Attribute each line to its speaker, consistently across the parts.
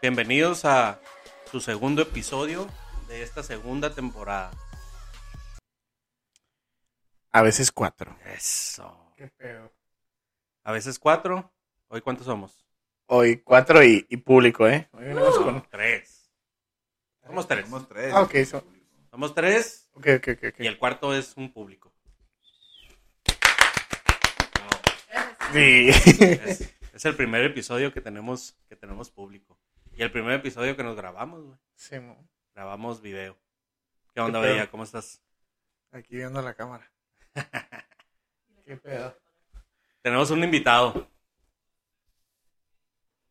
Speaker 1: Bienvenidos a su segundo episodio de esta segunda temporada.
Speaker 2: A veces cuatro.
Speaker 1: Eso.
Speaker 3: Qué pedo.
Speaker 1: A veces cuatro. ¿Hoy cuántos somos?
Speaker 2: Hoy cuatro y, y público, ¿eh? Hoy venimos con...
Speaker 1: Tres. Somos tres.
Speaker 4: Somos tres.
Speaker 2: Ah, ok, so-
Speaker 1: Somos tres
Speaker 2: Ok, ok, ok. ok.
Speaker 1: y el cuarto es un público.
Speaker 2: Sí.
Speaker 1: Es, es el primer episodio que tenemos, que tenemos público. Y el primer episodio que nos grabamos, güey.
Speaker 2: Sí, mo.
Speaker 1: Grabamos video. ¿Qué onda,
Speaker 2: ¿Qué pedo?
Speaker 1: Bella? ¿Cómo estás?
Speaker 2: Aquí viendo la cámara.
Speaker 3: Qué pedo.
Speaker 1: Tenemos un invitado.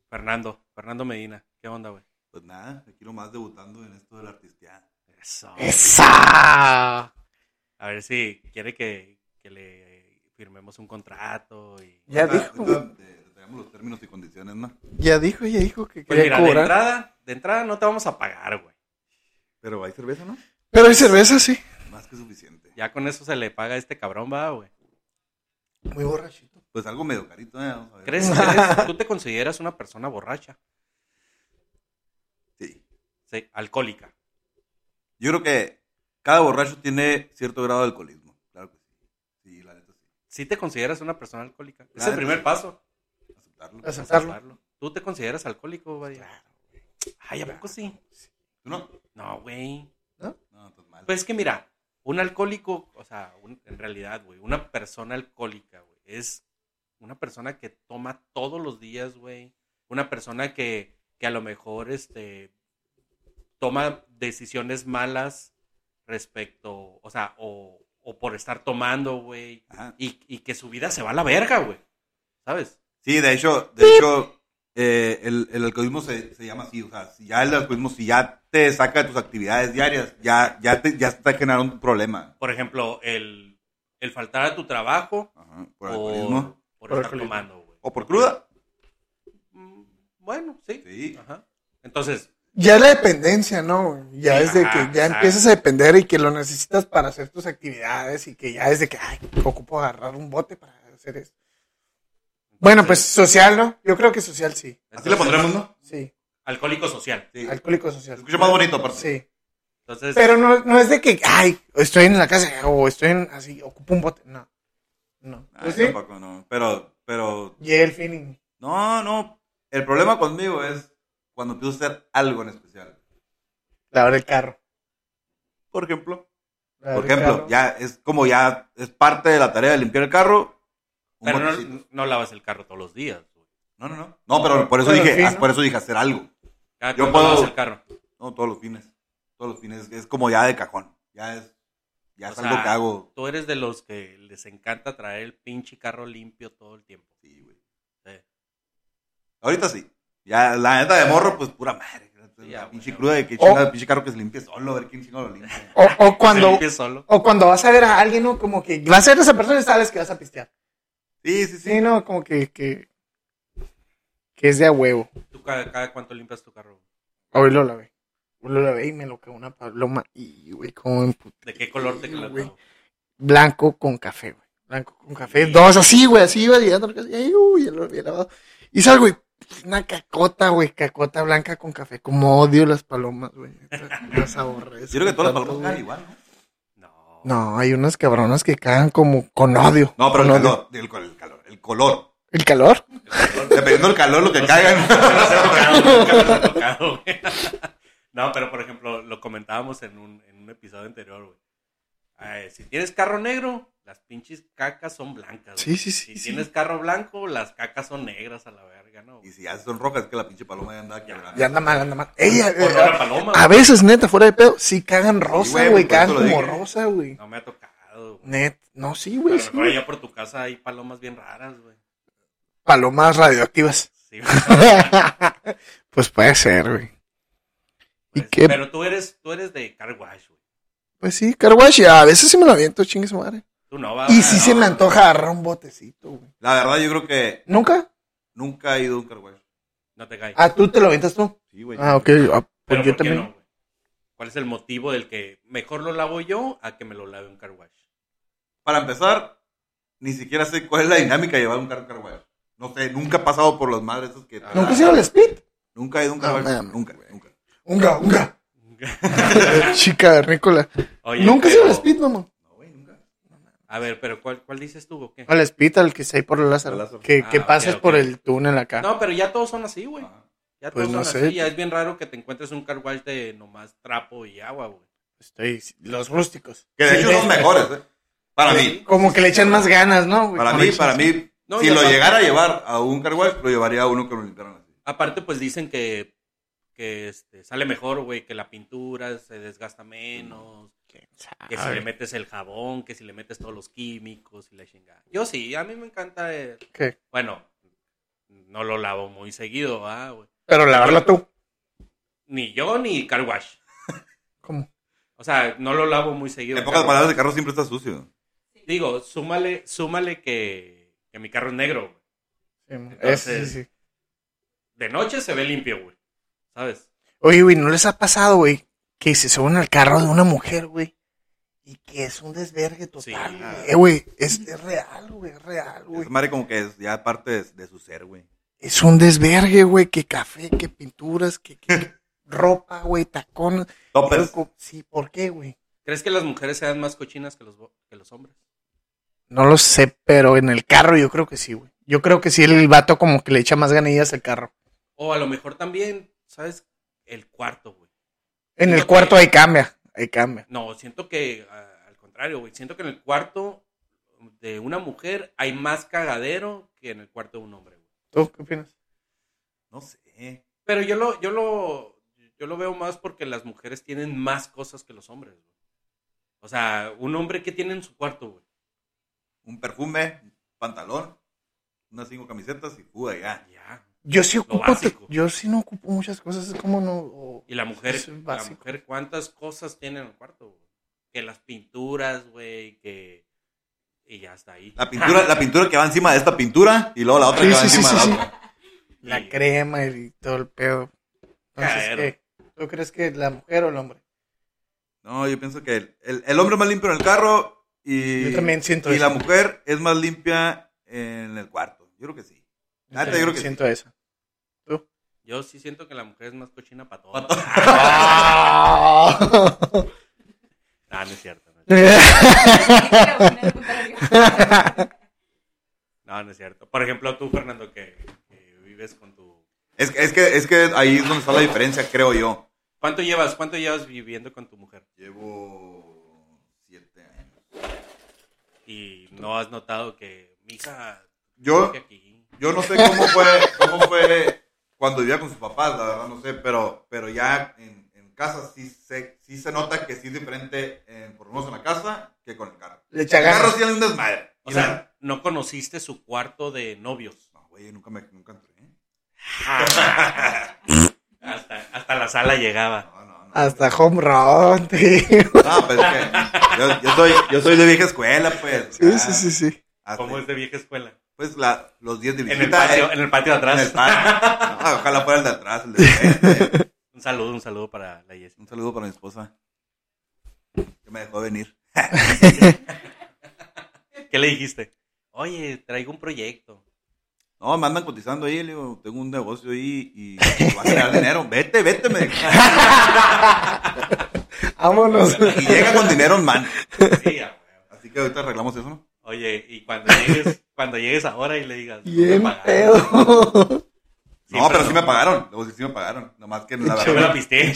Speaker 1: Fernando. Fernando Medina. ¿Qué onda, güey?
Speaker 4: Pues nada, aquí nomás debutando en esto de la artisteada.
Speaker 1: Eso.
Speaker 2: ¡Esa!
Speaker 1: A ver si quiere que, que le firmemos un contrato. Y...
Speaker 2: Ya
Speaker 4: Ahorita-
Speaker 2: dijo.
Speaker 4: ahorita Te, te damos los términos y condiciones, ¿no?
Speaker 2: Ya dijo, ya dijo que
Speaker 1: Pues mira,
Speaker 2: quería
Speaker 1: de
Speaker 2: cobrar.
Speaker 1: entrada, de entrada no te vamos a pagar, güey.
Speaker 4: Pero hay cerveza, ¿no?
Speaker 2: Pero hay cerveza, sí.
Speaker 4: Más que suficiente.
Speaker 1: Ya con eso se le paga a este cabrón, va, güey.
Speaker 2: Muy borrachito.
Speaker 4: Pues algo medio carito, ¿eh? Vamos a ver.
Speaker 1: ¿Crees, crees- tú te consideras una persona borracha?
Speaker 4: Sí.
Speaker 1: Sí, alcohólica.
Speaker 4: Yo creo que cada borracho tiene cierto grado de alcoholismo. Claro que sí. Sí, la neta sí.
Speaker 1: ¿Sí te consideras una persona alcohólica? Es
Speaker 4: Claro.
Speaker 1: el primer paso.
Speaker 4: Aceptarlo.
Speaker 2: Aceptarlo.
Speaker 1: aceptarlo. ¿Tú te consideras alcohólico, güey? Ay, ¿a poco sí?
Speaker 4: ¿Tú no?
Speaker 1: No, güey.
Speaker 4: No, pues mal.
Speaker 1: Pues es que mira, un alcohólico, o sea, un- en realidad, güey, una persona alcohólica, güey, es una persona que toma todos los días, güey. Una persona que, que a lo mejor, este, toma decisiones malas respecto, o sea, o, o por estar tomando, güey.
Speaker 4: Ajá.
Speaker 1: Y, y que su vida se va a la verga, güey. ¿Sabes?
Speaker 4: Sí, de hecho, de hecho eh, el, el alcoholismo se, se llama así. O sea, si ya el alcoholismo, si ya te saca de tus actividades diarias, ya, ya, te, ya está generando un problema.
Speaker 1: Por ejemplo, el, el faltar a tu trabajo
Speaker 4: Ajá, por
Speaker 1: por,
Speaker 4: alcoholismo.
Speaker 1: por
Speaker 2: Por
Speaker 1: estar
Speaker 2: alcoholismo.
Speaker 1: tomando, güey.
Speaker 4: O por cruda.
Speaker 1: Mm, Bueno, sí.
Speaker 4: Sí.
Speaker 1: Ajá. Entonces,
Speaker 2: Ya la dependencia, ¿no? Ya
Speaker 1: Sí,
Speaker 2: es de
Speaker 1: ajá,
Speaker 2: que ya
Speaker 1: exacto.
Speaker 2: empiezas a depender y que lo necesitas para hacer tus actividades y que ya es de que, ay, ocupo agarrar un bote para hacer esto. Bueno, pues social, ¿no? Yo creo que social sí.
Speaker 4: Así le
Speaker 1: entonces,
Speaker 4: pondremos, ¿no?
Speaker 2: Sí,
Speaker 1: Alcohólico social.
Speaker 4: Sí.
Speaker 2: alcohólico social.
Speaker 4: Se escucha más bonito, aparte.
Speaker 2: Sí.
Speaker 1: Entonces,
Speaker 2: Pero no, no es de que, ay, estoy en la casa o estoy en, así, ocupo un bote. No. No.
Speaker 4: Ay,
Speaker 2: Pues sí.
Speaker 4: tampoco, no. Pero, pero,
Speaker 2: Llega el feeling.
Speaker 4: no, no. El problema conmigo es cuando empiezo a hacer algo en especial.
Speaker 2: La hora del carro.
Speaker 4: Por ejemplo,
Speaker 2: La hora
Speaker 4: por
Speaker 2: del
Speaker 4: ejemplo,
Speaker 2: carro.
Speaker 4: ya es como ya es parte de la tarea de limpiar el carro. un
Speaker 1: pero
Speaker 4: botecito.
Speaker 1: no, no lavas el carro todos los días. güey.
Speaker 4: no, no, no. No, pero por eso
Speaker 2: Pero
Speaker 4: dije,
Speaker 2: sí,
Speaker 4: ah,
Speaker 2: ¿no?
Speaker 4: por eso dije hacer algo.
Speaker 1: Cada
Speaker 4: Yo
Speaker 1: cuánto
Speaker 4: puedo-
Speaker 1: lavas el carro.
Speaker 4: No, todos los fines. Todos los fines. Es como ya de cajón. Ya es, ya
Speaker 1: O
Speaker 4: es
Speaker 1: sea,
Speaker 4: algo que hago.
Speaker 1: Tú eres de los que les encanta traer el pinche carro limpio todo el tiempo.
Speaker 4: Sí, güey.
Speaker 1: Sí.
Speaker 4: Ahorita sí. Ya, la neta de morro, pues pura madre.
Speaker 1: ya,
Speaker 4: La
Speaker 1: güey,
Speaker 4: pinche
Speaker 1: ya,
Speaker 4: cruda de que
Speaker 2: O-
Speaker 4: chinga el pinche carro que se limpie solo, a ver quién chinga lo limpia.
Speaker 2: O, o
Speaker 1: Se
Speaker 2: cuando,
Speaker 1: limpia solo.
Speaker 2: o cuando vas a ver a alguien, ¿no? Como que vas a ver a esa persona y sabes que vas a pistear.
Speaker 4: Sí, sí, sí.
Speaker 2: Sí, no, como que, que, que es de a huevo.
Speaker 1: ¿Tú cada, cada cuánto limpias tu carro?
Speaker 2: Hoy lo lavé. Hoy lo lavé y me lo cagó una paloma. Y, güey, como en pu-
Speaker 1: ¿De qué color te
Speaker 2: Sí,
Speaker 1: quedas?
Speaker 2: güey.
Speaker 1: no?
Speaker 2: blanco con café, güey. Blanco con café. Dos así, güey, así iba llegando. a la casa, Y, ahí, uy, ya lo había lavado. Y salgo, güey. Una cacota, güey, cacota blanca con café. Como odio las palomas, güey. neta, Las aborrezco.
Speaker 4: Yo creo que todas las
Speaker 2: tanto, güey.
Speaker 4: palomas caen igual, ¿no?
Speaker 1: No.
Speaker 2: No, hay unas cabronas que cagan como con odio.
Speaker 4: No, pero el
Speaker 2: Con odio.
Speaker 4: calor, el, col- el calor, el color.
Speaker 2: ¿El calor?
Speaker 4: Dependiendo del calor, lo que caigan.
Speaker 1: Nunca me ha tocado, nunca me ha tocado, güey. No, pero por ejemplo, lo comentábamos en un, en un episodio anterior, güey. Ay, si tienes carro negro, las pinches cacas son blancas. güey.
Speaker 2: Sí, sí, sí,
Speaker 1: Si
Speaker 2: sí.
Speaker 1: tienes carro blanco, las cacas son negras a la verga, ¿no?
Speaker 4: Y si ya son rojas, es que la pinche paloma ya anda quebrando.
Speaker 2: Ya anda mal, anda mal. Ella,
Speaker 1: Por
Speaker 2: eh,
Speaker 1: la paloma.
Speaker 2: a veces, neta, fuera de pedo, sí cagan
Speaker 4: güey,
Speaker 2: rosa,
Speaker 4: por
Speaker 2: güey.
Speaker 4: eso
Speaker 2: cagan
Speaker 4: lo
Speaker 2: como
Speaker 4: dije.
Speaker 2: rosa, güey.
Speaker 1: No me ha tocado. güey.
Speaker 2: Net, no, sí,
Speaker 1: Pero a
Speaker 2: güey.
Speaker 1: lo
Speaker 2: sí,
Speaker 1: mejor
Speaker 2: güey.
Speaker 1: allá por tu casa hay palomas bien raras, güey.
Speaker 2: Palomas radioactivas.
Speaker 1: Sí, güey.
Speaker 2: pues puede ser, güey. ¿Y
Speaker 1: Pues,
Speaker 2: qué?
Speaker 1: Pero tú eres, tú eres de car wash, güey.
Speaker 2: Pues sí, carwash, a veces sí me lo aviento, chingue su madre.
Speaker 1: Tú no vas.
Speaker 2: Y
Speaker 1: güey,
Speaker 2: sí
Speaker 1: Ah, no,
Speaker 2: se me
Speaker 1: güey.
Speaker 2: antoja agarrar un botecito, güey.
Speaker 4: La verdad, yo creo que
Speaker 2: ¿Nunca?
Speaker 4: nunca he ido a un carwash.
Speaker 1: No te caes.
Speaker 2: Ah, tú te lo avientas tú.
Speaker 4: Sí, güey.
Speaker 2: Ah, ok. ah,
Speaker 1: Pero
Speaker 2: pues yo
Speaker 1: ¿por qué
Speaker 2: también.
Speaker 1: no, güey? ¿Cuál es el motivo del que mejor lo lavo yo a que me lo lave un car wash?
Speaker 4: Para empezar, ni siquiera sé cuál es la dinámica de llevar un carro carwash. No sé, nunca he pasado por las madres esas que...
Speaker 1: Ah.
Speaker 2: ¿Nunca hicieron el split?
Speaker 4: Nunca he ido a un
Speaker 2: No,
Speaker 4: carnaval.
Speaker 2: mames,
Speaker 4: nunca, nunca.
Speaker 2: Unga, unga. Chica Nicola.
Speaker 1: Oye,
Speaker 2: Nunca se
Speaker 1: pero-
Speaker 2: al speed, mamá.
Speaker 4: No, güey, nunca.
Speaker 1: A ver, pero ¿cuál, cuál dices tú o qué?
Speaker 2: Al speed, al que está ahí por la Lázaro.
Speaker 4: Por Lázaro.
Speaker 2: Que,
Speaker 1: Ah,
Speaker 2: que
Speaker 1: ok,
Speaker 2: pases
Speaker 1: ok.
Speaker 2: por el túnel acá.
Speaker 1: No, pero ya todos son así, güey.
Speaker 4: Ah,
Speaker 1: Ya
Speaker 2: Ah, Pues
Speaker 1: todos
Speaker 2: no
Speaker 1: son
Speaker 2: sé.
Speaker 1: así. Ya es bien raro que te encuentres un carwash de nomás trapo y agua, güey.
Speaker 2: Estoy- los rústicos.
Speaker 4: Que de hecho son
Speaker 2: Silvestres.
Speaker 4: mejores, ¿eh? Para mí.
Speaker 2: Como que le echan más ganas, ¿no? güey?
Speaker 4: Para
Speaker 2: Con
Speaker 4: mí,
Speaker 2: eso.
Speaker 4: para mí.
Speaker 1: No,
Speaker 4: si
Speaker 1: y
Speaker 4: lo
Speaker 1: aparte-
Speaker 4: llegara a llevar a un carwash, lo llevaría a uno que lo limpiaron así.
Speaker 1: Aparte, pues dicen que, que este, sale mejor, güey, que la pintura se desgasta menos,
Speaker 2: ¿Quién sabe?
Speaker 1: que si le metes el jabón, que si le metes todos los químicos y la chingada. Yo sí, a mí me encanta, eh,
Speaker 2: ¿Qué?
Speaker 1: bueno, no lo lavo muy seguido, ah, güey.
Speaker 2: Pero lavarlo tú.
Speaker 1: Ni yo ni carwash.
Speaker 2: ¿Cómo?
Speaker 1: O sea, no lo lavo muy seguido.
Speaker 4: En pocas
Speaker 1: carwash.
Speaker 4: palabras, el carro siempre está sucio.
Speaker 1: Digo, súmale, súmale que, que mi carro es negro, güey.
Speaker 2: Ese, sí, sí.
Speaker 1: De noche se ve limpio, güey. ¿Sabes?
Speaker 2: Oye, güey, ¿no les ha pasado, güey? Que se suben al carro de una mujer, güey. Y que es un desvergue
Speaker 1: Sí.
Speaker 2: total, güey. Eh, güey. es, es real, güey, es real, güey.
Speaker 4: Esa madre como que es ya parte de, de su ser, güey.
Speaker 2: Es un desvergue, güey. Que café, que pinturas, que, que ropa, güey, tacones.
Speaker 4: Toppers.
Speaker 2: Sí, ¿por qué, güey?
Speaker 1: ¿Crees que las mujeres sean más cochinas que los, bo- que los hombres?
Speaker 2: No lo sé, pero en el carro yo creo que sí, güey. Yo creo que sí, el vato como que le echa más ganillas al carro.
Speaker 1: O a lo mejor también, ¿sabes? El cuarto, güey.
Speaker 2: En
Speaker 1: Siento
Speaker 2: el
Speaker 1: que-
Speaker 2: cuarto ahí cambia, ahí cambia.
Speaker 1: No, siento que, a- al contrario, güey. Siento que en el cuarto de una mujer hay más cagadero que en el cuarto de un hombre, güey.
Speaker 2: ¿Tú qué opinas?
Speaker 4: No sé.
Speaker 1: Pero yo lo, yo lo, yo lo veo más porque las mujeres tienen más cosas que los hombres, güey. O sea, un hombre que tiene en su cuarto, güey.
Speaker 4: Un perfume, un pantalón, unas cinco camisetas y fuga ya.
Speaker 1: Ya.
Speaker 2: Yo sí ocupo,
Speaker 1: básico.
Speaker 2: yo sí no ocupo muchas cosas, es como no... o-
Speaker 1: Y la mujer,
Speaker 2: Es
Speaker 1: la
Speaker 2: básico.
Speaker 1: mujer, ¿cuántas cosas tiene en el cuarto? güey? Que las pinturas, güey, que... Y ya está ahí.
Speaker 4: La pintura, la pintura que va encima de esta pintura y luego la otra
Speaker 2: Sí,
Speaker 4: que va
Speaker 2: sí, sí,
Speaker 4: encima de
Speaker 2: sí,
Speaker 4: la
Speaker 2: sí.
Speaker 4: otra.
Speaker 2: la
Speaker 1: Y-
Speaker 2: crema y todo el pedo. Entonces,
Speaker 1: Claro.
Speaker 2: ¿qué? ¿Tú crees que la mujer o el hombre?
Speaker 4: No, yo pienso que el, el- el hombre es más limpio en el carro y,
Speaker 2: Yo también siento
Speaker 4: y
Speaker 2: eso.
Speaker 4: la mujer es más limpia en el cuarto. Yo creo que sí.
Speaker 2: Yo
Speaker 4: Ah, te creo que
Speaker 2: siento eso.
Speaker 1: Yo sí siento que la mujer es más cochina para todo. Ah, no es cierto. No es, cierto. No, no es cierto. Por ejemplo, tú, Fernando, que, que vives con tu...
Speaker 4: Es, que- es, que, es que ahí es donde está la diferencia, creo yo.
Speaker 1: ¿Cuánto llevas, cuánto llevas viviendo con tu mujer?
Speaker 4: Llevo siete años.
Speaker 1: Y no has notado que, mija,
Speaker 4: Yo,
Speaker 1: que aquí...
Speaker 4: yo no sé cómo fue, cómo fue cuando vivía con sus papás, la verdad no sé, pero, pero ya en, en casa sí se, sí se nota que sí es diferente, eh, por lo menos en la casa, que con el carro.
Speaker 2: Le echa
Speaker 4: El carro
Speaker 2: ganas.
Speaker 4: sí es un desmadre.
Speaker 1: O sea, no conociste su cuarto de novios.
Speaker 4: No, güey, nunca me nunca entré.
Speaker 1: Hasta, hasta la sala llegaba.
Speaker 4: No, no, no.
Speaker 2: Hasta home run, tío.
Speaker 4: No, pues es que yo, yo soy, yo soy de vieja escuela, pues.
Speaker 2: Sí, sí, sí, sí.
Speaker 4: Hasta-
Speaker 1: ¿Cómo es de vieja escuela?
Speaker 4: Pues la, los 10 de
Speaker 1: En
Speaker 4: visita.
Speaker 1: el patio,
Speaker 4: eh,
Speaker 1: en el patio de
Speaker 4: en
Speaker 1: atrás.
Speaker 4: el patio. No, ojalá fuera el de atrás, el de enfrente.
Speaker 1: Un saludo, un saludo para la Jessie.
Speaker 4: Un saludo para mi esposa. Que me dejó venir.
Speaker 1: ¿Qué le dijiste? Oye, traigo un proyecto.
Speaker 4: No, me andan cotizando ahí, le digo, tengo un negocio ahí y va a generar dinero. Vete, vete, me dijo.
Speaker 2: Vámonos.
Speaker 4: Y llega con dinero en mano.
Speaker 1: Sí, a huevo.
Speaker 4: Así que ahorita arreglamos eso, ¿no?
Speaker 1: Oye, y cuando llegues, cuando llegues ahora y le digas. no me
Speaker 2: Bien
Speaker 1: pagaron.
Speaker 2: pedo.
Speaker 1: Sí,
Speaker 4: no, pero sí me pagaron. Luego sí, sí me pagaron. Nomás que la
Speaker 1: Yo me la
Speaker 4: verdad,
Speaker 1: pisté.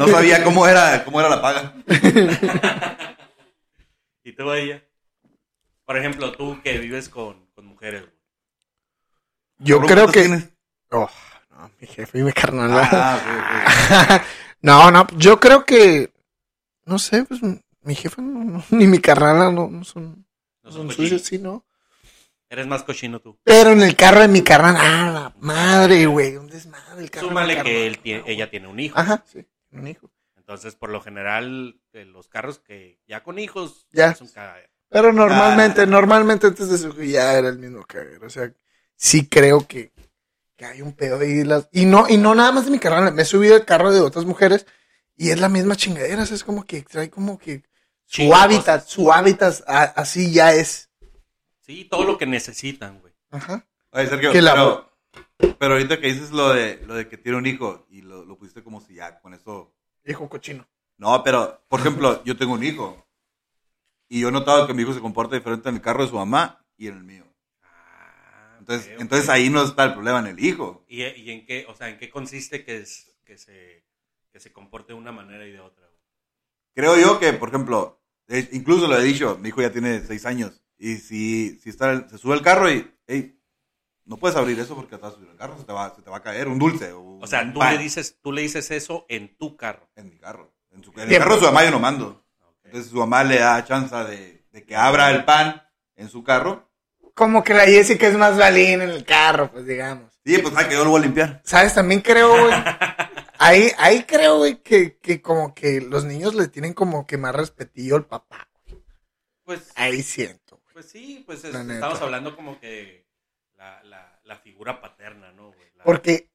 Speaker 4: no, no sabía cómo era, cómo era la paga.
Speaker 1: Y tú ella. Por ejemplo, tú que vives con, con mujeres. güey.
Speaker 2: Yo
Speaker 4: ¿Tú
Speaker 2: creo
Speaker 4: cuántos
Speaker 2: que...
Speaker 4: tienes?
Speaker 2: Oh, no, mi jefe y mi carnal.
Speaker 4: Ah, sí, sí.
Speaker 2: no, no, yo creo que, no sé, pues mi jefe no- no, ni mi carnal no, no son,
Speaker 1: No
Speaker 2: no
Speaker 1: son
Speaker 2: son
Speaker 1: cochinos.
Speaker 2: sucios, sí, ¿no?
Speaker 1: Eres más cochino tú.
Speaker 2: Pero en el carro de mi carnal, ah, la madre, güey, un desmadre el carro. Ah, de mi
Speaker 1: Súmale
Speaker 2: carnal.
Speaker 1: que él tie- ella tiene un hijo.
Speaker 2: Ajá, sí, un hijo.
Speaker 1: Entonces, por lo general, eh, los carros que ya con hijos
Speaker 2: Ya.
Speaker 1: es un cagadero.
Speaker 2: Pero
Speaker 1: Ah.
Speaker 2: normalmente, normalmente antes de su ya era el mismo cagadero, o sea, sí creo que, que hay un pedo ahí. Las, y no, y no nada más de mi carnal, me he subido al carro de otras mujeres y es la misma chingadera, o sea, es como que trae como que su
Speaker 1: Chingo de
Speaker 2: hábitat,
Speaker 1: cosas.
Speaker 2: su hábitat a- así ya es.
Speaker 1: Sí, todo lo que necesitan, güey.
Speaker 2: Ajá.
Speaker 4: Oye, Sergio,
Speaker 2: Que la-
Speaker 4: pero Pero ahorita que dices lo de, lo de que tiene un hijo y lo, lo pusiste como si ya con eso.
Speaker 2: Hijo cochino.
Speaker 4: No, pero, por ejemplo, yo tengo un hijo. Y yo he notado que mi hijo se comporta diferente en el carro de su mamá y en el mío.
Speaker 1: Ah,
Speaker 4: Entonces,
Speaker 1: ok, ok.
Speaker 4: entonces ahí no está el problema en el hijo.
Speaker 1: ¿Y, y en qué, o sea, en qué consiste que, es, que, se, que se comporte de una manera y de otra? güey?
Speaker 4: Creo yo que, por ejemplo, eh, incluso lo he dicho, mi hijo ya tiene seis años. Y si, si está el- se sube al carro y, "Ey, no puedes abrir eso porque te vas a subir al carro, se te va, se te va a caer un dulce. O,
Speaker 1: O sea,
Speaker 4: un
Speaker 1: tú
Speaker 4: pan
Speaker 1: le, dices, tú le dices eso en tu carro.
Speaker 4: En mi carro. En, su- en el
Speaker 2: Tiempo.
Speaker 4: carro de su mamá yo no mando.
Speaker 1: Ok.
Speaker 4: Entonces su mamá le da chance de, de que abra el pan en su carro.
Speaker 2: Como que la Jessica es más balín en el carro, pues digamos.
Speaker 4: Sí, pues ah, que yo lo voy a limpiar.
Speaker 2: ¿Sabes? También creo, güey. Ahí, ahí creo, güey, que, que como que los niños le tienen como que más respetillo al papá.
Speaker 1: pues,
Speaker 2: Ahí siento.
Speaker 1: pues sí, pues es-
Speaker 2: La neta.
Speaker 1: estamos hablando como que la, la, la figura paterna, ¿no? güey? La-
Speaker 2: Porque,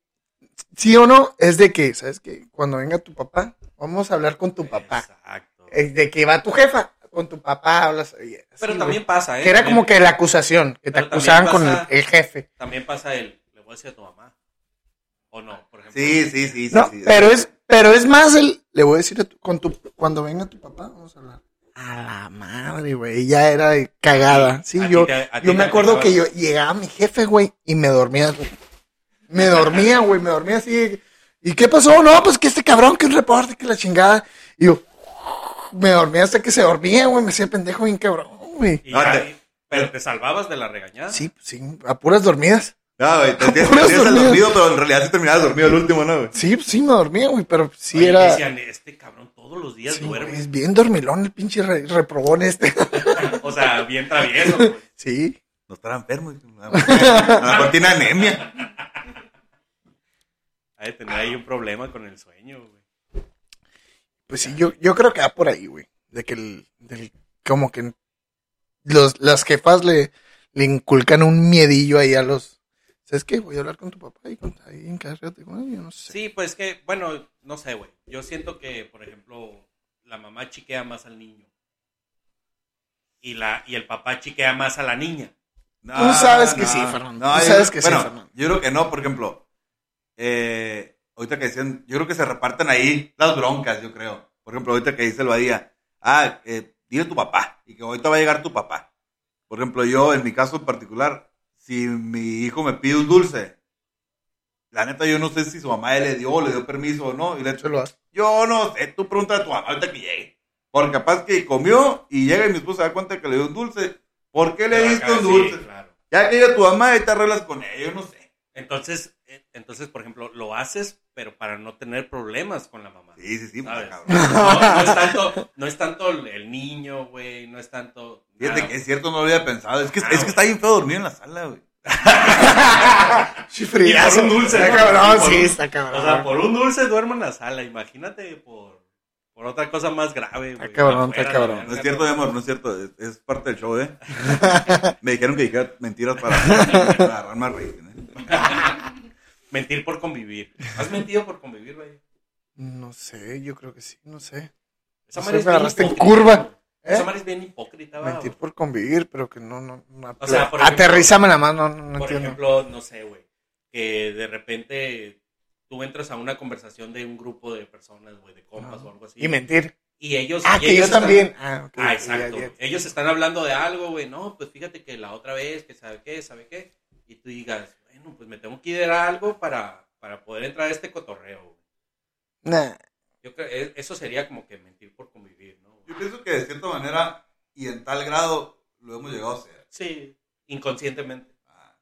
Speaker 2: sí o no, es de que, ¿sabes qué? Cuando venga tu papá, vamos a hablar con tu papá.
Speaker 1: Exacto.
Speaker 2: Es de que va tu jefa, con tu papá hablas. oye, así,
Speaker 1: Pero
Speaker 2: güey.
Speaker 1: también pasa, ¿eh?
Speaker 2: Que era
Speaker 1: También-
Speaker 2: como que la acusación, que te
Speaker 1: Pero también
Speaker 2: acusaban con el,
Speaker 1: pasa-
Speaker 2: el jefe.
Speaker 1: También pasa el, le voy a decir a tu mamá. ¿O no? Por ejemplo.
Speaker 4: Sí, sí, sí. sí,
Speaker 2: No,
Speaker 4: sí.
Speaker 2: pero es, pero es más el, le voy a decir a tu- con tu, cuando venga tu papá, vamos a hablar. A la madre, güey, ya era de cagada. Sí,
Speaker 1: A ti
Speaker 2: yo,
Speaker 1: te- a ti
Speaker 2: yo
Speaker 1: te
Speaker 2: me acuerdo
Speaker 1: afectaba.
Speaker 2: que yo llegaba mi jefe, güey, y me dormía, güey. Me dormía, güey, me dormía así. ¿Y qué pasó? No, pues que este cabrón, que un reporte, que la chingada. Y yo, me dormía hasta que se dormía, güey, me hacía pendejo bien cabrón, güey.
Speaker 1: Y
Speaker 4: No,
Speaker 1: ya-
Speaker 4: te-
Speaker 1: y- pero te salvabas de la regañada.
Speaker 2: Sí, pues sí, a puras dormidas.
Speaker 4: No, güey, te tienes,
Speaker 2: Por eso,
Speaker 4: te tienes el
Speaker 2: mío.
Speaker 4: dormido, pero en realidad sí terminabas dormido el último, ¿no, güey?
Speaker 2: Sí, pues sí, me dormía, güey, pero sí
Speaker 1: Oye,
Speaker 2: era...
Speaker 1: Decían, este cabrón todos los días
Speaker 2: Sí, güey,
Speaker 1: duerme.
Speaker 2: es bien dormilón el pinche re- reprobón este.
Speaker 1: o sea, bien travieso. pues.
Speaker 2: Sí.
Speaker 4: No estará enfermo. hijo. A lo mejor- a lo mejor tiene anemia.
Speaker 1: Ha de tener ahí un problema con el sueño, güey.
Speaker 2: Pues sí, yo, yo creo que va por ahí, güey. De que el, del, como que los, las jefas le, le inculcan un miedillo ahí a los. ¿Sabes qué? Voy a hablar con tu papá y con, ahí encárgate, güey. Yo no sé.
Speaker 1: Sí, pues que, bueno, no sé, güey. Yo siento que, por ejemplo, la mamá chiquea más al niño. Y, la, y el papá chiquea más a la niña.
Speaker 4: No,
Speaker 2: sabes que sí, Fernando. Tú
Speaker 4: yo-
Speaker 2: sabes que sí,
Speaker 4: bueno,
Speaker 2: Fernando.
Speaker 4: Yo creo que no, por ejemplo, eh, ahorita que decían, yo creo que se reparten ahí las broncas, yo creo. Por ejemplo, ahorita que dice el Badía, ah, eh, dile a tu papá, y que ahorita va a llegar tu papá. Por ejemplo, yo, en mi caso en particular, si mi hijo me pide un dulce, la neta yo no sé si su mamá le dio, le dio permiso o no, y le
Speaker 2: Eso lo hace.
Speaker 4: yo no sé, tú pregunta a tu mamá ahorita que llegue. Porque capaz que comió y llega y mi esposa se da cuenta que le dio un dulce. ¿Por qué le
Speaker 1: Pero
Speaker 4: diste
Speaker 1: acá
Speaker 4: un
Speaker 1: sí,
Speaker 4: dulce?
Speaker 1: claro.
Speaker 4: Ya que llega tu mamá y te arreglas con ella, yo no sé.
Speaker 1: Entonces, eh, entonces, por ejemplo, lo haces, pero para no tener problemas con la mamá.
Speaker 4: Sí, sí, sí, pues,
Speaker 1: ¿sabes?
Speaker 4: cabrón.
Speaker 1: No, no es tanto, no es tanto el niño, güey, no es tanto.
Speaker 4: Fíjate
Speaker 1: nada.
Speaker 4: que es cierto, no lo había pensado. Es que,
Speaker 1: Ah,
Speaker 4: es
Speaker 1: güey.
Speaker 4: que está bien feo dormir en la sala, güey.
Speaker 2: Sí, frío.
Speaker 1: Y le das un dulce,
Speaker 2: Está
Speaker 1: ¿no?
Speaker 2: cabrón,
Speaker 1: Por-
Speaker 2: sí, está
Speaker 1: O sea,
Speaker 2: cabrón.
Speaker 1: por un dulce duermo en la sala, imagínate por, por otra cosa más grave, güey.
Speaker 2: cabrón,
Speaker 1: afuera,
Speaker 2: está cabrón.
Speaker 1: la
Speaker 4: No es
Speaker 1: verga,
Speaker 4: cierto, mi amor, no es cierto. Es, es parte del show, ¿eh? Me dijeron que dijera mentiras para, para agarrar más rating, ¿eh?
Speaker 1: Mentir por convivir. Has mentido por convivir, güey.
Speaker 2: No sé, yo creo que sí, no sé.
Speaker 1: Esa
Speaker 2: No
Speaker 1: madre es
Speaker 2: sé, me
Speaker 1: bien
Speaker 2: agarraste en
Speaker 1: hipócrita,
Speaker 2: curva.
Speaker 1: güey.
Speaker 2: ¿Eh?
Speaker 1: Esa madre es bien hipócrita, va,
Speaker 2: Mentir
Speaker 1: güey.
Speaker 2: por convivir, pero que no, no. no
Speaker 1: O sea, por ejemplo-
Speaker 2: aterrízame la mano, no, no
Speaker 1: Por
Speaker 2: entiendo.
Speaker 1: ejemplo, no sé, güey, que de repente tú entras a una conversación de un grupo de personas, güey, de compas
Speaker 2: Ah.
Speaker 1: o algo así.
Speaker 2: y mentir.
Speaker 1: Y ellos...
Speaker 2: Ah,
Speaker 1: Pues, y
Speaker 2: que
Speaker 1: ellos
Speaker 2: yo
Speaker 1: están-
Speaker 2: también. Ah, ok,
Speaker 1: Ah,
Speaker 2: ya,
Speaker 1: exacto.
Speaker 2: ya.
Speaker 1: Ellos están hablando de algo, güey. No, pues fíjate que la otra vez, que sabe qué, sabe qué. Y tú digas, bueno, pues me tengo que ir a algo para, para poder entrar a este cotorreo. güey.
Speaker 2: Nah.
Speaker 1: Yo creo, e- eso sería como que mentir por convivir, ¿no?
Speaker 4: Yo pienso que de cierta manera y en tal grado lo hemos llegado a ser.
Speaker 1: Sí, inconscientemente.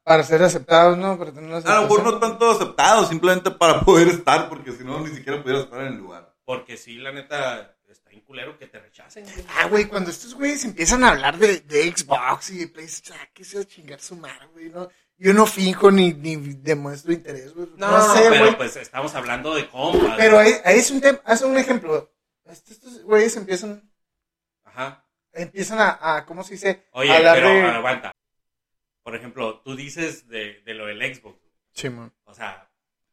Speaker 2: Para ser aceptados, ¿no? Para tener una
Speaker 4: A lo mejor no
Speaker 2: aceptación.
Speaker 4: tanto aceptado, simplemente para poder estar, porque si no, ni siquiera pudiera estar en el lugar.
Speaker 1: Porque sí, la neta, está bien culero que te rechacen. güey.
Speaker 2: Ah, güey, cuando estos güeyes empiezan a hablar de, de Xbox y de PlayStation, ah, que se va a chingar su madre, güey, ¿no? Yo no finjo ni, ni demuestro interés, güey.
Speaker 1: No,
Speaker 2: No, sé,
Speaker 1: pero
Speaker 2: güey. Pero,
Speaker 1: pues estamos hablando de compas. güey.
Speaker 2: ahí, ahí es un tema, haz un ejemplo. Estos, estos güeyes empiezan,
Speaker 1: Ajá.
Speaker 2: empiezan a, a, ¿cómo se dice?
Speaker 1: Oye,
Speaker 2: a hablar
Speaker 1: pero
Speaker 2: de-
Speaker 1: aguanta. Por ejemplo, tú dices de, de lo del Xbox.
Speaker 2: Sí, man.
Speaker 1: O sea,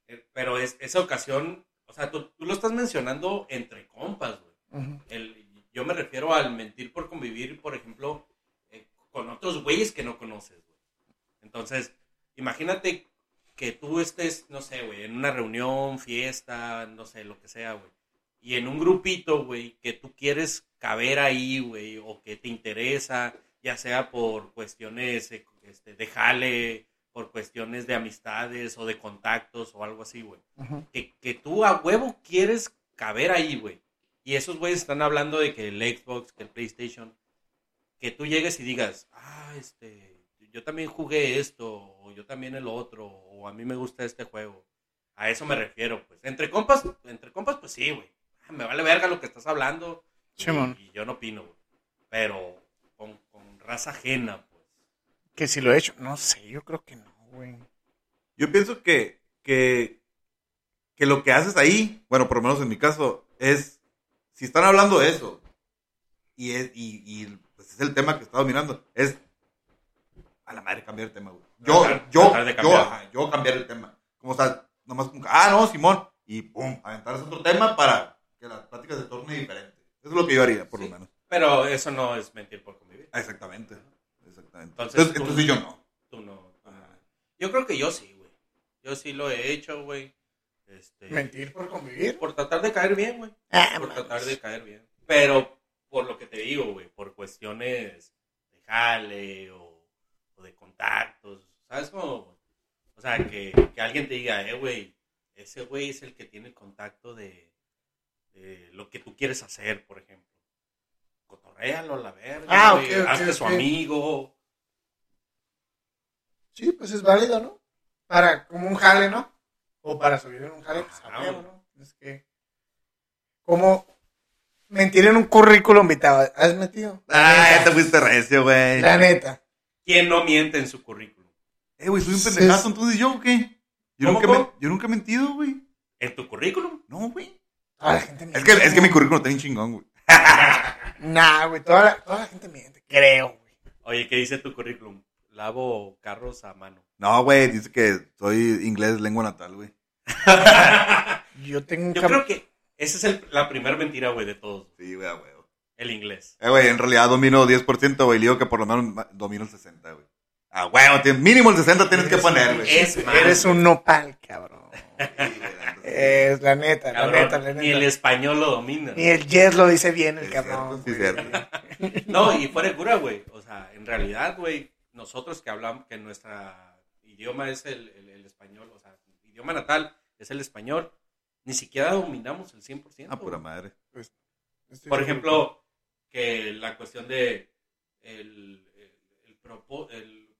Speaker 1: eh, pero es, esa ocasión, o sea, tú, tú lo estás mencionando entre compas, güey.
Speaker 2: Ujú.
Speaker 1: El- yo me refiero al mentir por convivir, por ejemplo, eh, con otros güeyes que no conoces, güey. Entonces, imagínate que tú estés, no sé, güey, en una reunión, fiesta, no sé, lo que sea, güey. Y en un grupito, güey, que tú quieres caber ahí, güey, o que te interesa, ya sea por cuestiones eh, este, de jale, por cuestiones de amistades o de contactos o algo así, güey.
Speaker 2: Ujú.
Speaker 1: Que, que tú a huevo quieres caber ahí, güey. Y esos güeyes están hablando de que el Xbox, que el PlayStation, que tú llegues y digas, ah, este, yo también jugué esto, o yo también el otro, o a mí me gusta este juego. A eso me refiero, pues. Entre compas, entre compas, pues sí, güey. Ah, Me vale verga lo que estás hablando. y-
Speaker 2: Simón.
Speaker 1: y, yo no opino, güey. Pero con, con raza ajena, pues.
Speaker 2: Que si lo he hecho. No sé, yo creo que no, güey.
Speaker 4: Yo pienso que, que, que lo que haces ahí, bueno, por lo menos en mi caso, es, si están hablando de eso, y es, y, y, pues es el tema que está dominando, es a la madre cambiar el tema, güey. Yo,
Speaker 1: Tratar-
Speaker 4: yo,
Speaker 1: tratar de
Speaker 4: yo,
Speaker 1: cambiar.
Speaker 4: ajá, yo cambiar el tema. Como está, nomás como, que, ah, no, Simón, y pum, aventarse otro tema para que la plática se torne diferente. Eso es lo que yo haría, por
Speaker 1: Sí.
Speaker 4: lo menos.
Speaker 1: Pero eso no es mentir por convivir.
Speaker 4: Ah, Exactamente. Exactamente.
Speaker 1: Entonces,
Speaker 4: Entonces,
Speaker 1: tú-
Speaker 4: entonces yo no.
Speaker 1: Tú no. tú no. Yo creo que yo sí, güey. Yo sí lo he hecho, güey. Este,
Speaker 2: Mentir por convivir.
Speaker 1: Por tratar de caer bien, güey.
Speaker 2: Ah,
Speaker 1: por tratar
Speaker 2: mames.
Speaker 1: de caer bien. Pero por lo que te digo, güey, por cuestiones de jale o, o de contactos, ¿sabes cómo? güey? O sea, que, que alguien te diga, eh, güey, ese güey es el que tiene el contacto de, de lo que tú quieres hacer, por ejemplo. Cotorréalo, a la verga,
Speaker 2: Ah,
Speaker 1: güey,
Speaker 2: ok, ok,
Speaker 1: hazte su
Speaker 2: ok.
Speaker 1: amigo.
Speaker 2: Sí, pues es válido, ¿no? Para como un jale, ¿no? O para subir en un jale, pues a
Speaker 1: Ajá,
Speaker 2: huevo,
Speaker 1: güey.
Speaker 2: ¿no? Es que. Como mentir en un currículum vitae, ¿has metido?
Speaker 4: Ah,
Speaker 2: La
Speaker 4: ya te
Speaker 2: neta.
Speaker 4: fuiste recio, güey.
Speaker 2: La neta.
Speaker 1: ¿Quién no miente en su currículum?
Speaker 4: Eh, güey, soy un
Speaker 2: Sí.
Speaker 4: pendejazo, entonces yo, ¿o qué? Yo
Speaker 1: ¿Cómo,
Speaker 4: nunca, me-
Speaker 1: cómo?
Speaker 4: yo nunca he mentido, güey.
Speaker 1: ¿En tu currículum?
Speaker 4: No, güey.
Speaker 2: Toda la gente miente.
Speaker 4: Es que, es que mi currículum está bien chingón, güey.
Speaker 2: Nah, güey, toda la, toda la gente miente, creo, güey.
Speaker 1: Oye, ¿qué dice tu currículum? Lavo carros a mano.
Speaker 4: No, güey, dice que soy inglés lengua natal, güey.
Speaker 2: Yo tengo un
Speaker 1: Yo
Speaker 2: cam-
Speaker 1: creo que esa es el- la primera mentira, güey, de todos.
Speaker 4: Sí, güey, a huevo.
Speaker 1: El inglés.
Speaker 4: Eh, güey, en realidad domino 10%, güey. Le digo que por lo menos ma- domino el 60, güey. Ah, huevo, tien- mínimo el 60 tienes que poner, güey.
Speaker 1: Es más,
Speaker 2: Eres un nopal, cabrón.
Speaker 4: Sí, güey, la neta, sí.
Speaker 2: Es la neta,
Speaker 1: cabrón,
Speaker 2: la neta, la neta.
Speaker 1: ni el español lo domina.
Speaker 2: Ni el Jess lo dice bien, el
Speaker 4: Es
Speaker 2: cabrón.
Speaker 4: cierto, sí,
Speaker 2: güey.
Speaker 4: cierto.
Speaker 1: No, y fuera de cura, güey. O sea, en realidad, güey, nosotros que hablamos, que nuestro idioma es el, el- el español, o sea, el idioma natal es el español, ni siquiera dominamos el 100%.
Speaker 4: Ah, pura
Speaker 1: güey.
Speaker 4: madre.
Speaker 2: Estoy
Speaker 1: Por
Speaker 2: seguro.
Speaker 1: ejemplo, que la cuestión de el, el, el propo- el-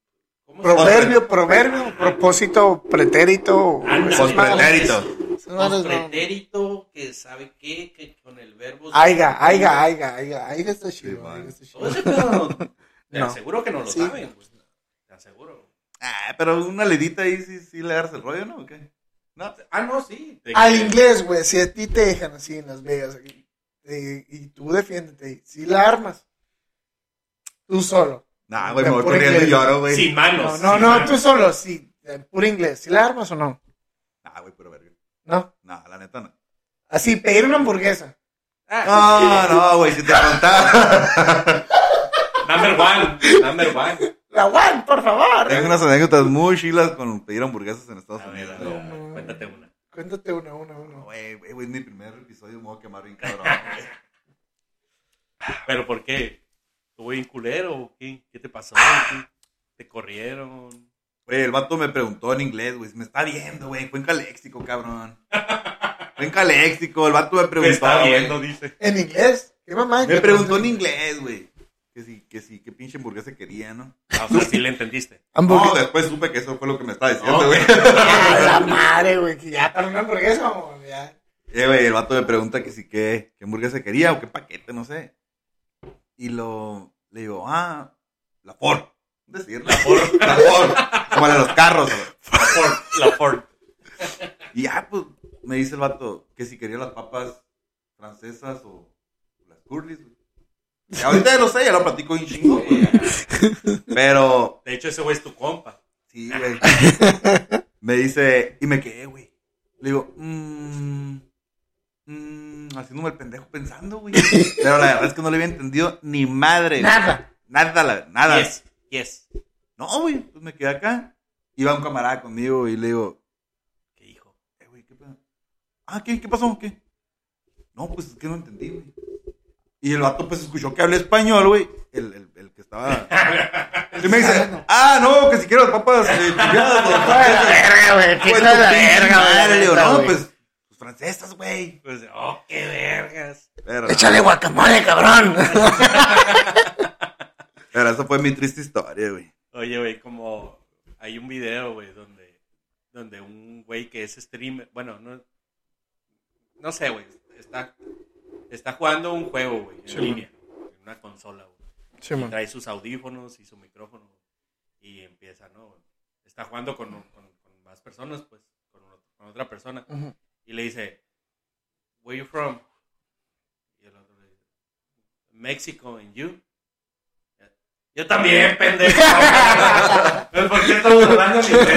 Speaker 1: ¿cómo se llama?
Speaker 2: Proverbio, proverbio, propósito, pretérito.
Speaker 1: Ándale.
Speaker 2: esas
Speaker 4: Con
Speaker 2: madres.
Speaker 4: pretérito.
Speaker 2: Esas madres,
Speaker 1: Los
Speaker 2: no.
Speaker 1: pretérito que sabe qué, que con el verbo.
Speaker 2: Aiga, aiga, aiga, aiga, aiga está chido.
Speaker 4: man.
Speaker 2: aiga está chido.
Speaker 1: Todo ese pedo, Te
Speaker 2: No.
Speaker 1: aseguro que no lo
Speaker 2: Sí.
Speaker 1: saben, güey. Te aseguro.
Speaker 4: Ah, pero una ledita ahí sí, sí le agarras el rollo, ¿no? ¿O qué? No.
Speaker 1: Ah, no, sí. de
Speaker 2: Al
Speaker 1: que-
Speaker 2: inglés, güey, si a ti te dejan así en Las Vegas y, y- y tú defiéndete, si la armas, tú solo.
Speaker 4: Nah, güey, me voy
Speaker 2: Pura
Speaker 4: corriendo y
Speaker 2: inglés.
Speaker 4: lloro, güey.
Speaker 1: Sin
Speaker 2: No,
Speaker 1: manos.
Speaker 2: no,
Speaker 1: sin
Speaker 2: no,
Speaker 1: manos.
Speaker 2: tú solo, sí, en puro inglés, si la armas o no,
Speaker 4: Nah, güey, pura verga.
Speaker 2: no.
Speaker 4: Nah, la neta no.
Speaker 2: Así, pedir una hamburguesa.
Speaker 1: Ah,
Speaker 4: No, no, güey, si te contaba.
Speaker 1: sí. Number one. Number one.
Speaker 2: La Juan, por favor.
Speaker 4: Tengo unas anécdotas muy chilas con pedir hamburguesas en Estados
Speaker 1: A ver, a
Speaker 4: Unidos.
Speaker 1: ver,
Speaker 4: güey.
Speaker 1: a ver, Cuéntate una.
Speaker 2: Cuéntate una, una,
Speaker 4: No,
Speaker 2: una.
Speaker 4: Güey, güey, güey, es mi primer episodio, me voy a quemar bien cabrón. güey.
Speaker 1: ¿Pero por qué? ¿Tuve un culero o qué? ¿Qué te pasó? ¿Qué- ¿Te corrieron?
Speaker 4: Güey, el vato me preguntó en inglés, güey, si me está viendo, güey, fue en caléxico, cabrón. Fue en caléxico, el vato me
Speaker 1: Me
Speaker 4: preguntó,
Speaker 1: está
Speaker 4: güey.
Speaker 1: viendo, dice.
Speaker 2: ¿En inglés? ¿Qué mamá?
Speaker 4: Me
Speaker 2: ¿Qué
Speaker 4: preguntó en
Speaker 2: cosa?
Speaker 4: inglés, güey. Que si, que si, qué pinche hamburguesa quería, ¿no?
Speaker 1: Ah, o sea, sí le entendiste.
Speaker 2: Hamburguesa.
Speaker 4: No, después supe que eso fue lo que me estaba diciendo,
Speaker 1: No.
Speaker 4: güey.
Speaker 2: A la madre, güey, que ya para una hamburguesa, mamón, ya.
Speaker 4: Eh, güey, el vato me pregunta que si qué, qué hamburguesa quería o qué paquete, no sé. Y lo, le digo, ah, la Ford. Decir, la Ford. La Ford. Como la de los carros. güey.
Speaker 1: La Ford. La Ford.
Speaker 4: Y ya, pues, me dice el vato que si quería las papas francesas o las curlis, güey. Y ahorita ya lo sé, ya lo platico un chingo, güey. Pero
Speaker 1: De hecho, ese güey es tu compa.
Speaker 4: Sí, güey. me dice, y me quedé, güey. Le digo, mmm, mmm, haciéndome el pendejo pensando, güey. Pero la verdad es que no le había entendido ni madre. güey.
Speaker 2: Nada.
Speaker 4: Nada, la- nada.
Speaker 1: Yes. Yes.
Speaker 4: No, güey, pues me quedé acá. iba un camarada conmigo y le digo,
Speaker 1: ¿Qué hijo?
Speaker 4: eh, güey, ¿qué pedo? Ah, ¿qué, ¿qué pasó? ¿Qué? No, pues es que no entendí, güey. Y el vato, pues, escuchó que hablé español, güey. El, el, el que estaba... Y me dice, ah, no, que si quiero las papas... eh, picadas, güey.
Speaker 2: verga, güey.
Speaker 4: Pues,
Speaker 2: Qué la
Speaker 4: tu pinche
Speaker 2: verga, güey, la
Speaker 4: madre, le digo,
Speaker 2: neta,
Speaker 4: no,
Speaker 2: güey.
Speaker 4: pues, pues, francesas, güey.
Speaker 1: Pues, oh, qué vergas.
Speaker 4: Pero,
Speaker 2: Échale guacamole, cabrón.
Speaker 4: pero esa fue mi triste historia, güey.
Speaker 1: Oye, güey, como hay un video, güey, donde, donde un güey que es streamer, bueno, no, no sé, güey, está, está jugando un juego, güey, en
Speaker 2: Sí,
Speaker 1: línea, en una consola, güey.
Speaker 2: Sí, man.
Speaker 1: Trae sus audífonos y su micrófono güey, y empieza, ¿no? Está jugando con, con- con más personas, pues, con, con otra persona
Speaker 2: Ujú.
Speaker 1: y le dice, Where you from? Y el otro le dice, Mexico and you. Yo también, pendejo. Pues, ¿Por qué estamos hablando en inglés?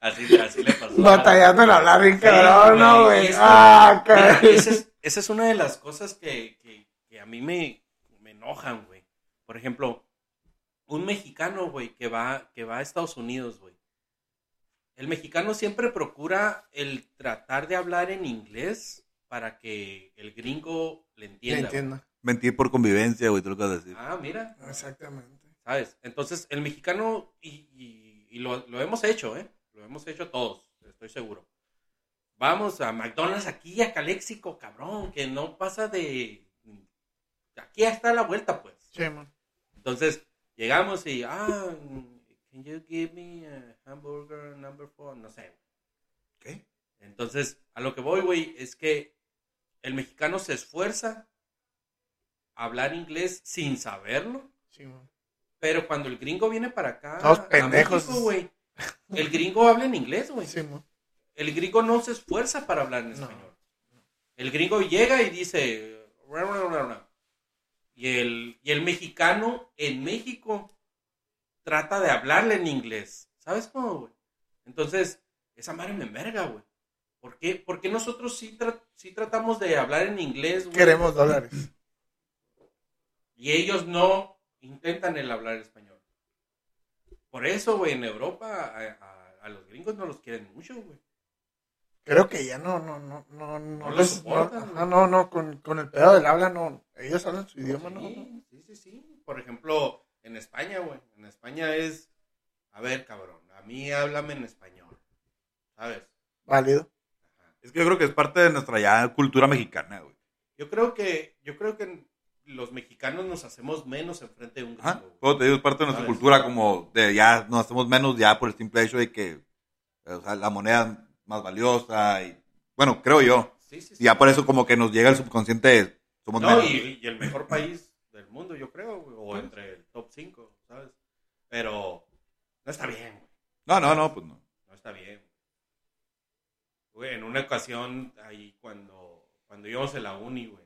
Speaker 1: así, así le pasó.
Speaker 2: Batallando en hablar bien cabrón, ¿no,
Speaker 1: Y
Speaker 2: güey?
Speaker 1: es-
Speaker 2: Ah,
Speaker 1: Mira,
Speaker 2: cabrón.
Speaker 1: esa, es, esa es una de las cosas que, que- que a mí me, me enojan, güey. Por ejemplo, un mexicano, güey, que va, que va a Estados Unidos, güey. El mexicano siempre procura el tratar de hablar en inglés para que el gringo le
Speaker 2: Ya
Speaker 1: entienda. güey.
Speaker 2: entiendo.
Speaker 4: Mentir por convivencia, güey, tú lo que vas a decir.
Speaker 1: Ah, mira.
Speaker 2: Exactamente.
Speaker 1: ¿Sabes? Entonces, el mexicano, y, y- y lo, lo hemos hecho, ¿eh? Lo hemos hecho todos, estoy seguro. Vamos a McDonald's aquí, a Caléxico, cabrón, que no pasa de... Aquí está la vuelta, pues.
Speaker 2: Sí, man.
Speaker 1: Entonces, llegamos y, ah, can you give me a hamburger number four? No sé.
Speaker 4: ¿Qué?
Speaker 1: Entonces, a lo que voy, güey, es que el mexicano se esfuerza a hablar inglés sin saberlo.
Speaker 2: Sí, man.
Speaker 1: Pero cuando el gringo viene para acá,
Speaker 2: Todos
Speaker 1: a
Speaker 2: pendejos.
Speaker 1: México, güey, el gringo habla en inglés, güey.
Speaker 2: Sí, man.
Speaker 1: El gringo no se esfuerza para hablar en
Speaker 2: No.
Speaker 1: español. El gringo llega y dice... "Ra, ra, ra, ra". Y el, y el mexicano en México trata de hablarle en inglés. ¿Sabes cómo, güey? Entonces, esa madre me enverga, güey. ¿Por qué? Porque nosotros sí, tra- sí tratamos de hablar en inglés, güey.
Speaker 2: Queremos dólares.
Speaker 1: Y ellos no intentan el hablar español. Por eso, güey, en Europa a, a- a los gringos no los quieren mucho, güey.
Speaker 2: Creo que ya no, no, no, no, no,
Speaker 1: lo
Speaker 2: les-
Speaker 1: soportan,
Speaker 2: no,
Speaker 1: güey.
Speaker 2: ajá, no, no, con, con el pedo del habla, no, ellos hablan su idioma, no, no.
Speaker 1: Sí, sí, sí, sí. Por ejemplo, en España, güey. En España es, a ver, cabrón, a mí háblame en español. ¿Sabes?
Speaker 2: válido,
Speaker 1: Ajá.
Speaker 4: Es que yo creo que es parte de nuestra ya cultura mexicana, güey.
Speaker 1: Yo creo que, yo creo que los mexicanos nos hacemos menos enfrente de un
Speaker 4: Ajá.
Speaker 1: gringo. güey.
Speaker 4: Como te digo, es parte de nuestra
Speaker 1: Ah,
Speaker 4: cultura, como de ya nos hacemos menos ya por el simple hecho de que eh, o sea, la moneda es más valiosa y bueno, creo yo.
Speaker 1: Sí, sí, sí.
Speaker 4: Y ya por eso como que nos llega el subconsciente de somos
Speaker 1: No,
Speaker 4: menos.
Speaker 1: y, y el mejor país del mundo, yo creo, güey, o entre el top 5, ¿sabes? Pero no está bien, güey,
Speaker 4: No, no, no, pues no.
Speaker 1: no está bien. Güey, en una ocasión, ahí cuando, cuando íbamos en la uni, güey,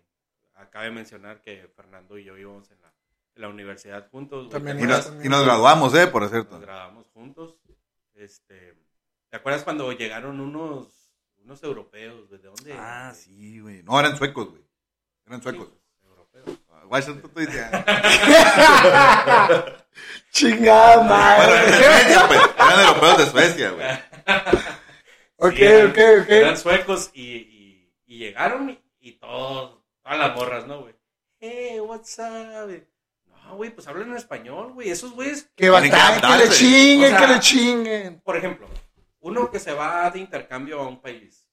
Speaker 1: acaba de mencionar que Fernando y yo íbamos en la, en la universidad juntos. güey,
Speaker 2: También
Speaker 1: ¿te
Speaker 4: Y
Speaker 2: ibas
Speaker 1: acuerdas?
Speaker 4: nos, y nos graduamos, eh, por cierto.
Speaker 1: nos grabamos juntos. Este, ¿Te acuerdas cuando llegaron unos, unos europeos? güey? ¿De dónde?
Speaker 4: Ah,
Speaker 1: De-
Speaker 4: sí, güey. No, eran suecos, güey. Eran
Speaker 1: sí,
Speaker 4: suecos.
Speaker 1: europeos.
Speaker 4: Washington tú dices,
Speaker 2: chingada
Speaker 4: Bueno, eran de
Speaker 2: madre,
Speaker 4: Suecia, pues. Eran europeos de Suecia, güey.
Speaker 2: ok,
Speaker 1: Sí, eran-
Speaker 2: ok,
Speaker 1: Eran
Speaker 2: ok,
Speaker 1: suecos y, y, y llegaron y, y todos, todas las morras, ¿no, güey? Hey, what's up? No, güey, pues hablan en español, güey. Esos güeyes,
Speaker 2: que
Speaker 4: Tienen que
Speaker 2: batalla, que le
Speaker 4: adaptarse.
Speaker 2: chinguen,
Speaker 1: O sea-
Speaker 2: que le chinguen,
Speaker 1: por ejemplo, uno que se va de intercambio a un país.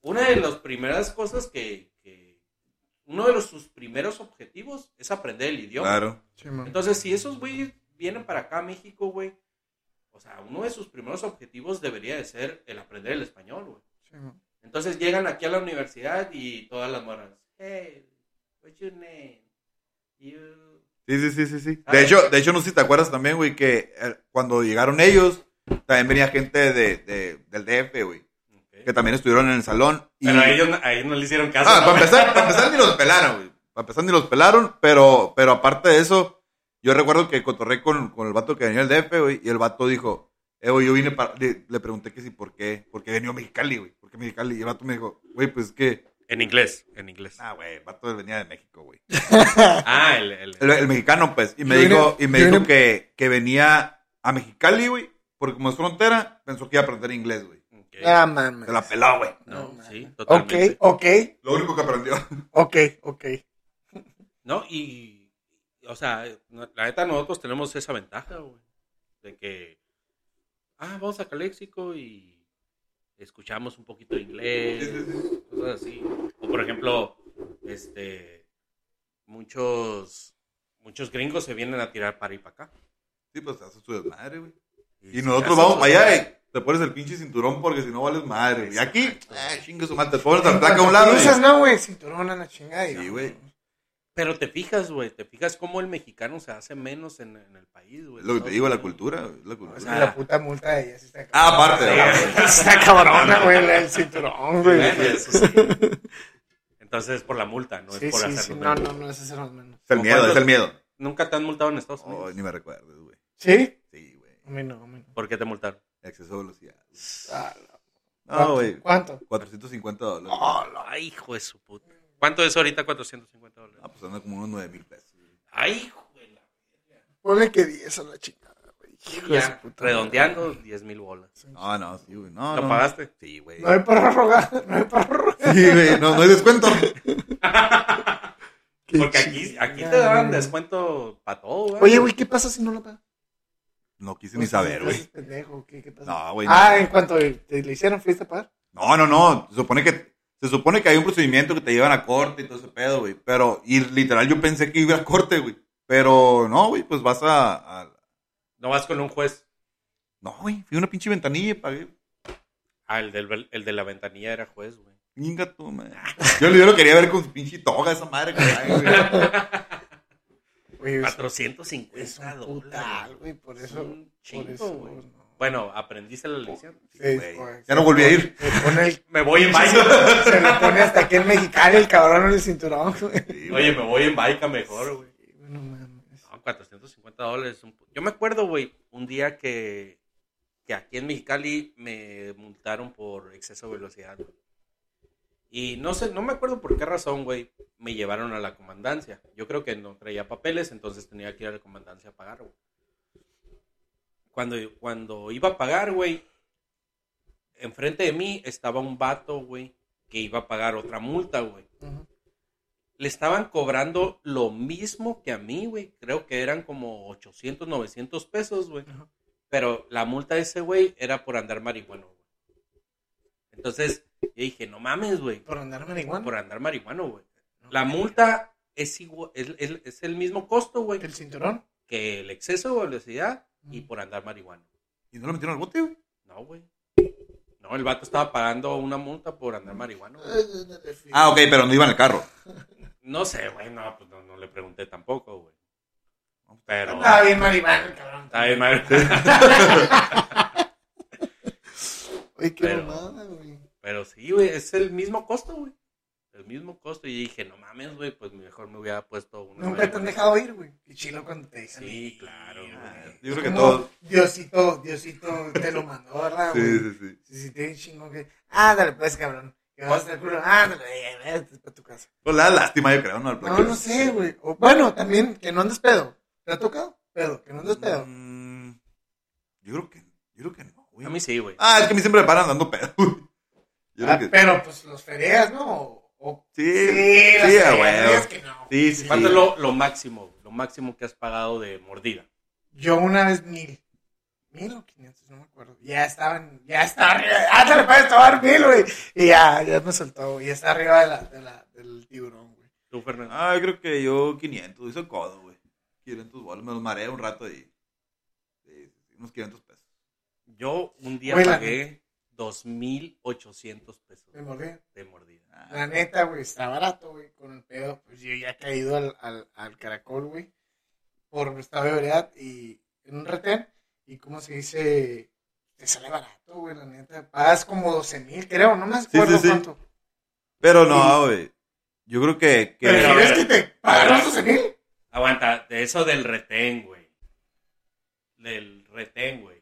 Speaker 1: Una de las primeras cosas que, que- uno de los, sus primeros objetivos es aprender el idioma.
Speaker 4: Claro.
Speaker 2: sí, man.
Speaker 1: Entonces, si esos güeyes vienen para acá a México, güey, o sea, uno de sus primeros objetivos debería de ser el aprender el español, güey.
Speaker 2: Sí, man.
Speaker 1: Entonces llegan aquí a la universidad y todas las morras. Hey, what's your name? You...
Speaker 4: Sí, sí, sí, sí, sí.
Speaker 1: Ah,
Speaker 4: De hecho, de hecho, no sé si te acuerdas también, güey, que eh, cuando llegaron ellos, también venía gente de, de- del DF, güey,
Speaker 1: Ok.
Speaker 4: que también estuvieron en el salón. Y...
Speaker 1: Pero a ellos, no- a ellos no le hicieron caso.
Speaker 4: Ah,
Speaker 1: ¿no?
Speaker 4: para empezar, para empezar ni los pelaron, güey. Para empezar ni los pelaron, pero, pero aparte de eso, yo recuerdo que cotorré con, con el vato que venía del DF, güey, y el vato dijo, eh, güey, yo vine para... Le, le pregunté que sí, ¿por qué? ¿Por qué venía a Mexicali, güey? ¿Por qué Mexicali? Y el vato me dijo, güey, pues es que...
Speaker 1: En inglés, en inglés.
Speaker 4: Ah, güey, el vato venía de México, güey.
Speaker 1: Ah, el, el-
Speaker 4: El, el mexicano, pues. Y me
Speaker 2: Yo vine-
Speaker 4: dijo, y me
Speaker 2: yo
Speaker 4: dijo
Speaker 2: vine-
Speaker 4: que, que venía a a Mexicali, güey, porque como es frontera, pensó que iba a aprender inglés, güey.
Speaker 1: Ok.
Speaker 2: Ah, mames.
Speaker 4: Se la peló, güey.
Speaker 1: no, sí,
Speaker 2: Ok,
Speaker 1: totalmente.
Speaker 2: ok,
Speaker 4: Lo único que aprendió.
Speaker 2: ok, ok.
Speaker 1: No, y, o sea, no- la neta nosotros tenemos esa ventaja, güey. De que, ah, vamos a Caléxico y escuchamos un poquito de inglés, cosas así. O por ejemplo, este, muchos, muchos gringos se vienen a tirar para ir para acá.
Speaker 4: Sí, pues te haces tu desmadre, güey.
Speaker 1: se
Speaker 4: Y nosotros
Speaker 1: hacen
Speaker 4: vamos
Speaker 1: sus
Speaker 4: para allá eh".
Speaker 1: cosas.
Speaker 4: y te pones el pinche cinturón porque si no vales madre, güey. Y aquí,
Speaker 1: Exacto.
Speaker 4: eh, chingue su madre, te pones la placa a un lado.
Speaker 2: Piensas,
Speaker 4: güey.
Speaker 2: no, güey, cinturón a la chingada. y
Speaker 4: Sí,
Speaker 2: no.
Speaker 4: güey.
Speaker 1: Pero te fijas, güey, te fijas cómo el mexicano se hace menos en, en el país, güey.
Speaker 4: Es lo que te digo, la cultura, güey, es la
Speaker 2: O
Speaker 4: cultura.
Speaker 2: sea, la puta multa de ella sí está
Speaker 4: Ah, aparte, güey.
Speaker 2: Está cabrona, güey, la del cinturón, güey.
Speaker 1: Bueno, eso sí. Entonces, por la multa, no
Speaker 2: sí,
Speaker 1: es por
Speaker 2: sí,
Speaker 1: hacerlo
Speaker 2: sí, no,
Speaker 1: menos.
Speaker 2: no, no, ese es el menos.
Speaker 4: es el miedo, es el miedo.
Speaker 1: ¿Nunca te han multado en Estados Unidos?
Speaker 4: Oh, ni me recuerdes, güey.
Speaker 2: ¿Sí?
Speaker 4: Sí, güey.
Speaker 2: A mí no, a mí no.
Speaker 1: ¿Por qué te multaron?
Speaker 4: Exceso de velocidad.
Speaker 2: Ah,
Speaker 4: No, güey.
Speaker 2: ¿Cuánto? Ah.
Speaker 4: 450 dólares.
Speaker 1: Ay, hijo de su puta. ¿Cuánto es ahorita 450 dólares?
Speaker 4: Ah, pues anda como unos 9 mil pesos. güey.
Speaker 1: Ay, hijo de la-
Speaker 2: Ponle que 10 a la chingada, güey. Hijo de su
Speaker 1: Ya,
Speaker 2: puta
Speaker 1: redondeando 10 mil bolas.
Speaker 4: No, no, sí, güey. No,
Speaker 1: ¿Lo
Speaker 4: no.
Speaker 1: pagaste?
Speaker 4: Sí, güey.
Speaker 2: madre. No hay prórroga, no hay prórroga.
Speaker 4: Sí, güey. No, no hay descuento.
Speaker 2: Qué
Speaker 1: Porque aquí, aquí te
Speaker 2: chingada,
Speaker 1: dan
Speaker 2: güey.
Speaker 1: descuento para todo, güey.
Speaker 2: Oye, güey, ¿qué pasa si no la paga?
Speaker 4: No quise ni saber,
Speaker 2: Entonces,
Speaker 4: güey.
Speaker 2: pendejo, ¿qué, qué pasa?
Speaker 4: No, güey. no.
Speaker 2: ah, en cuanto te le hicieron, fuiste a pagar.
Speaker 4: No, no, no. Se supone que, se supone que hay un procedimiento que te llevan a corte y todo ese pedo, güey. Pero, y literal, yo pensé que iba a corte, güey. Pero no, güey, pues vas a. a-
Speaker 1: No vas con un juez.
Speaker 4: No, güey. Fui a una pinche ventanilla y pagué.
Speaker 1: Ah, el, del- el de la ventanilla era juez, güey.
Speaker 4: Chinga tu madre. Yo, yo lo quería ver con su pinche toga, esa madre que trae, güey.
Speaker 2: Güey, es- es
Speaker 1: 450 dólares.
Speaker 2: un putal, güey, por eso.
Speaker 1: Un chingo,
Speaker 2: por eso
Speaker 1: güey.
Speaker 2: no.
Speaker 1: Bueno, aprendiste la lección.
Speaker 4: Sí,
Speaker 2: Sí,
Speaker 4: güey.
Speaker 2: güey.
Speaker 4: Ya no volví a ir.
Speaker 2: Se pone el-
Speaker 1: Me voy en bike.
Speaker 2: se le pone hasta aquí en Mexicali el cabrón en el cinturón, güey.
Speaker 4: Sí, güey.
Speaker 1: Oye, me voy en bike mejor, güey.
Speaker 2: No mames.
Speaker 1: No, 450 dólares. un pu- Yo me acuerdo, güey, un día que, que aquí en Mexicali me multaron por exceso de velocidad. güey. Y no sé, no me acuerdo por qué razón, güey, me llevaron a la comandancia. Yo creo que no traía papeles, entonces tenía que ir a la comandancia a pagar, güey. Cuando, cuando iba a pagar, güey, enfrente de mí estaba un vato, güey, que iba a pagar otra multa, güey
Speaker 2: Ujú.
Speaker 1: le estaban cobrando lo mismo que a mí, güey. Creo que eran como 800, 900 pesos, güey.
Speaker 2: Ajá.
Speaker 1: Pero la multa de ese güey era por andar marihuano, güey. Entonces, yo dije, no mames, güey.
Speaker 2: Por andar marihuana.
Speaker 1: Por andar marihuano, güey.
Speaker 2: No,
Speaker 1: La
Speaker 2: güey.
Speaker 1: multa es, igual, es, es- es el mismo costo, güey,
Speaker 2: ¿El cinturón?
Speaker 1: que el exceso de velocidad y por andar marihuano.
Speaker 4: ¿Y no lo metieron al bote, güey?
Speaker 1: No, güey. No, el vato estaba pagando una multa por andar marihuano. güey.
Speaker 4: Ah, ok, pero no iba en el carro.
Speaker 1: No sé, güey, no, pues no, no le pregunté tampoco, güey. Pero...
Speaker 2: Estaba bien marihuana, el cabrón.
Speaker 1: Está bien, madre.
Speaker 2: Oye, qué
Speaker 1: Pero-
Speaker 2: mamada, güey.
Speaker 1: Pero sí, güey, es el mismo costo, güey. El mismo costo. Y dije, no mames, güey, pues mejor me hubiera puesto una.
Speaker 2: Nunca te han dejado ir, güey. Qué chilo cuando te dicen.
Speaker 1: Sí, claro, güey.
Speaker 4: Yo creo que
Speaker 2: Como
Speaker 4: todos.
Speaker 2: Diosito, Diosito te lo mandó, ¿verdad, Ah, güey?
Speaker 4: Sí, sí, sí.
Speaker 2: Si sí, tienen chingón que. Ándale, pues, cabrón. Que vas a estar culo. Ándale, eh, vete para tu casa.
Speaker 4: Pues la lástima, yo creo, ¿no? Al
Speaker 2: No, no sé, güey. O, bueno, también que no andes pedo. ¿Te ha tocado? Pedo, que no andes pedo.
Speaker 4: Mm, Yo creo que, yo creo que no, güey.
Speaker 1: A mí sí, güey.
Speaker 4: Ah, es que a mí siempre me paran dando pedo, güey. Yo
Speaker 2: Ah,
Speaker 4: creo que...
Speaker 2: pero pues los fereas, ¿no? O, o-
Speaker 4: Sí,
Speaker 2: las
Speaker 4: sí, a
Speaker 2: fereas
Speaker 4: huevo.
Speaker 2: que no.
Speaker 4: Sí, sí.
Speaker 1: ¿Cuánto es lo, lo máximo, güey? lo máximo que has pagado de mordida?
Speaker 2: Yo una vez mil. Mil o quinientos, no me acuerdo. Ya estaban, ya estaba arriba. Ándale, puedes tomar mil, güey. Y ya, ya me soltó, güey. Ya está arriba de la, de la, del tiburón, güey.
Speaker 1: Tú, Fernando.
Speaker 4: Ah, yo creo que yo 500, hizo codo, güey. 500 bolas, me los mareé un rato y... sí, unos 500 pesos.
Speaker 1: Yo un día
Speaker 2: Güey, la
Speaker 1: pagué 2.800 pesos
Speaker 2: Me mordí.
Speaker 1: de mordida.
Speaker 4: Ah,
Speaker 2: La neta, güey, está barato, güey, con el pedo. Pues yo ya he caído al, al, al caracol, güey, por esta beberidad y en un retén. Y como se dice, te sale barato, güey, la neta. Pagas como 12 mil, creo, no me acuerdo
Speaker 4: sí, sí.
Speaker 2: cuánto.
Speaker 4: Pero no, güey. Yo creo que... que-
Speaker 2: Pero
Speaker 1: Pero-
Speaker 2: ¿crees que te pagaron 12 mil?
Speaker 1: Aguanta, de eso del retén, güey. Del retén, güey.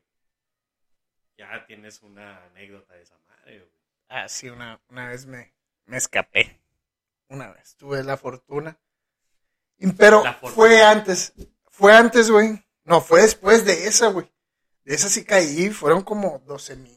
Speaker 1: Ya tienes una anécdota de esa madre, güey.
Speaker 2: Ah, sí, una, una vez me, me escapé. Una vez. Tuve la fortuna. Y- Pero
Speaker 1: La fortuna.
Speaker 2: fue antes. Fue antes, güey. No, fue después de esa, güey. De esas sí caí, fueron como 12 mil,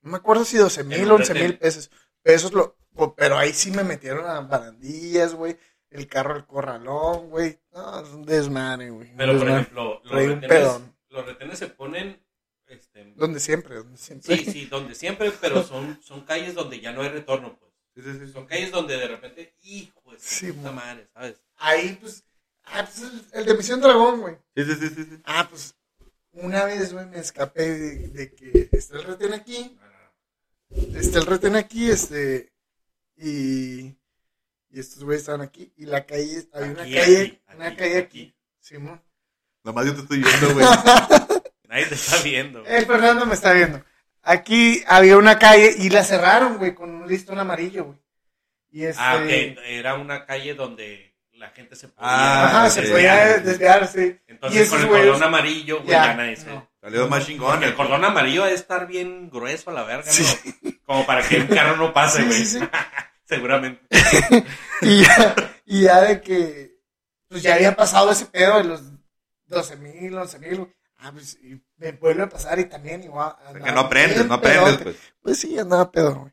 Speaker 2: no me acuerdo si 12 mil,
Speaker 1: En
Speaker 2: 11 mil
Speaker 1: hotel.
Speaker 2: pesos. Pesos lo, o- pero ahí sí me metieron a barandillas, güey. El carro al corralón, güey. No, es un desmadre, güey. un
Speaker 1: Pero, por
Speaker 2: desmadre.
Speaker 1: ejemplo, los
Speaker 2: Traí Pues un
Speaker 1: retenes,
Speaker 2: pedón.
Speaker 1: los retenes se ponen... Este,
Speaker 2: Donde siempre, donde siempre.
Speaker 1: sí, sí, donde siempre, pero son, son calles donde ya no hay retorno, pues.
Speaker 4: Sí, sí, sí.
Speaker 1: Son calles donde de repente, hijo de su
Speaker 2: Sí,
Speaker 1: puta
Speaker 2: mo.
Speaker 1: madre, ¿sabes?
Speaker 2: Ahí, pues, ah, pues, el, el de Misión Dragón, güey.
Speaker 4: Sí, sí, sí, sí, sí.
Speaker 2: Ah, pues, una vez, güey, me escapé de, de que está el retén aquí, está el retén aquí, este, y, y estos güeyes estaban aquí, y la calle, hay una
Speaker 1: Aquí,
Speaker 2: calle,
Speaker 1: aquí,
Speaker 2: una
Speaker 1: aquí,
Speaker 2: calle
Speaker 1: aquí.
Speaker 2: aquí, Simón.
Speaker 4: Nomás yo te estoy viendo, güey.
Speaker 1: Nadie te está viendo.
Speaker 2: El Fernando me está viendo. Aquí había una calle y la cerraron, güey, con un listón amarillo, güey. Y este,
Speaker 1: Ah, ok, era una calle donde la gente se podía...
Speaker 4: Ah,
Speaker 2: ajá,
Speaker 4: sí,
Speaker 2: se
Speaker 4: sí,
Speaker 2: podía
Speaker 4: sí.
Speaker 2: desviar, sí. Y
Speaker 1: Entonces
Speaker 2: esos
Speaker 1: con el
Speaker 2: güeyes-
Speaker 1: cordón amarillo, güey,
Speaker 2: Ya,
Speaker 1: ya nadie se-
Speaker 2: no.
Speaker 4: Salió más chingón.
Speaker 1: Porque el cordón amarillo debe estar bien grueso a la verga, ¿no? Como para que un carro no pase,
Speaker 2: Sí,
Speaker 1: güey.
Speaker 2: sí, sí.
Speaker 1: Seguramente.
Speaker 2: Y ya, y ya de que, pues ya había pasado ese pedo de los 12 mil, 11 mil. Ah, pues y me vuelve a pasar y también ah, igual.
Speaker 4: Que no aprendes, no aprendes,
Speaker 2: pedo.
Speaker 4: pues.
Speaker 2: Pues sí, andaba pedo, güey.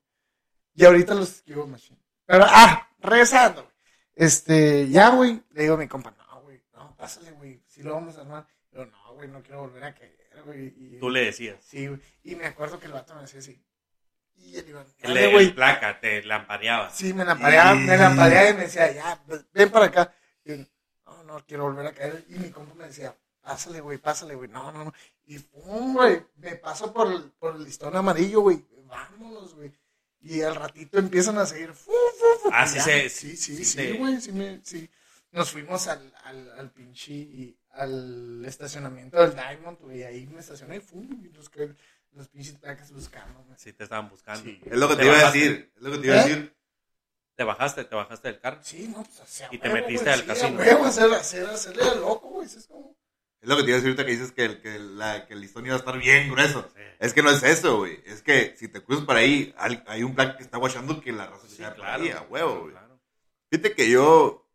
Speaker 2: Y ahorita los esquivo, machine. Pero, ah, regresando, güey. Este, ya, güey, le digo a mi compa, no, güey, no, pásale, güey, si lo vamos a armar. Pero no, güey, no quiero volver a caer, güey. Y-
Speaker 1: Tú le decías.
Speaker 2: Sí, güey. Y me acuerdo que el vato me decía así. Y el Iván,
Speaker 1: El,
Speaker 2: dale,
Speaker 1: el
Speaker 2: güey.
Speaker 1: placa, te lampareabas.
Speaker 2: Sí, me lampareaba,
Speaker 4: Y-
Speaker 2: me
Speaker 1: Eh.
Speaker 2: lampareaba y me decía, ya, pues, ven para acá. Y yo, no, no, quiero volver a caer. Y mi compa me decía, pásale, güey, pásale, güey. No, no, no. Y pum, güey, me paso por el, por el listón amarillo, güey. Vámonos, güey. Y al ratito empiezan a seguir. fu, fu, fu,
Speaker 1: Ah,
Speaker 2: y
Speaker 1: sí
Speaker 2: ya.
Speaker 1: se-
Speaker 2: Sí, sí,
Speaker 1: sí
Speaker 2: sí,
Speaker 1: se-
Speaker 2: güey, sí, me- sí. Nos fuimos al, al, al pinche, y- al estacionamiento del Diamond, güey. Ahí me estacioné y fum, y los, que- los pinches placas buscando, güey.
Speaker 1: Sí, te estaban buscando.
Speaker 2: Sí.
Speaker 4: Es lo que
Speaker 1: Te
Speaker 4: te iba a
Speaker 1: bajaste.
Speaker 4: decir. Es lo que te iba a
Speaker 2: ¿Eh?
Speaker 4: decir.
Speaker 1: Te bajaste, te bajaste del carro.
Speaker 2: Sí, no, pues hacia
Speaker 1: Y te
Speaker 2: huevo,
Speaker 1: metiste
Speaker 2: güey,
Speaker 1: al
Speaker 2: sí,
Speaker 1: casino.
Speaker 2: A huevo, hacer, hacer, hacerle de loco, güey. sí, Es como...
Speaker 4: Es lo que te iba a decir ahorita que dices que el, que la- que el listón iba a estar bien grueso.
Speaker 1: Sí.
Speaker 4: Es que no es eso, güey. Es que si te cruzas por ahí, al- hay un plan que está guachando que la raza se
Speaker 1: Sí,
Speaker 4: queda por
Speaker 1: claro.
Speaker 4: ahí, a huevo, güey.
Speaker 1: claro.
Speaker 4: Fíjate que yo,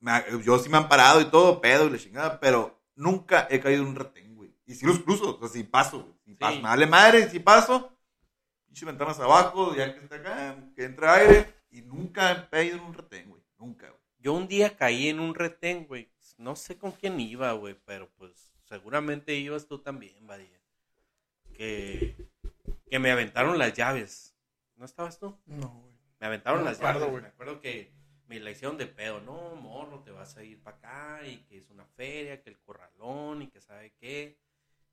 Speaker 4: me- yo sí me han parado y todo, pedo y la chingada, pero nunca he caído en un retén, güey. Y si los cruzo, o sea, si paso, güey. Si paso, me vale madre, si paso, pinche ventanas abajo, ya que está acá, que entra aire, y nunca he caído en un retén, güey. Nunca, güey.
Speaker 1: Yo un día caí en un retén, güey. No sé con quién iba, güey, pero pues seguramente ibas tú también, Badía. Que, que me aventaron las llaves. ¿No estabas tú?
Speaker 2: No, güey.
Speaker 1: Me aventaron
Speaker 2: No me
Speaker 1: las
Speaker 2: acuerdo,
Speaker 1: llaves.
Speaker 2: güey.
Speaker 1: Me acuerdo que me la hicieron de pedo. No, morro, te vas a ir para acá y que es una feria, que el corralón y que sabe qué.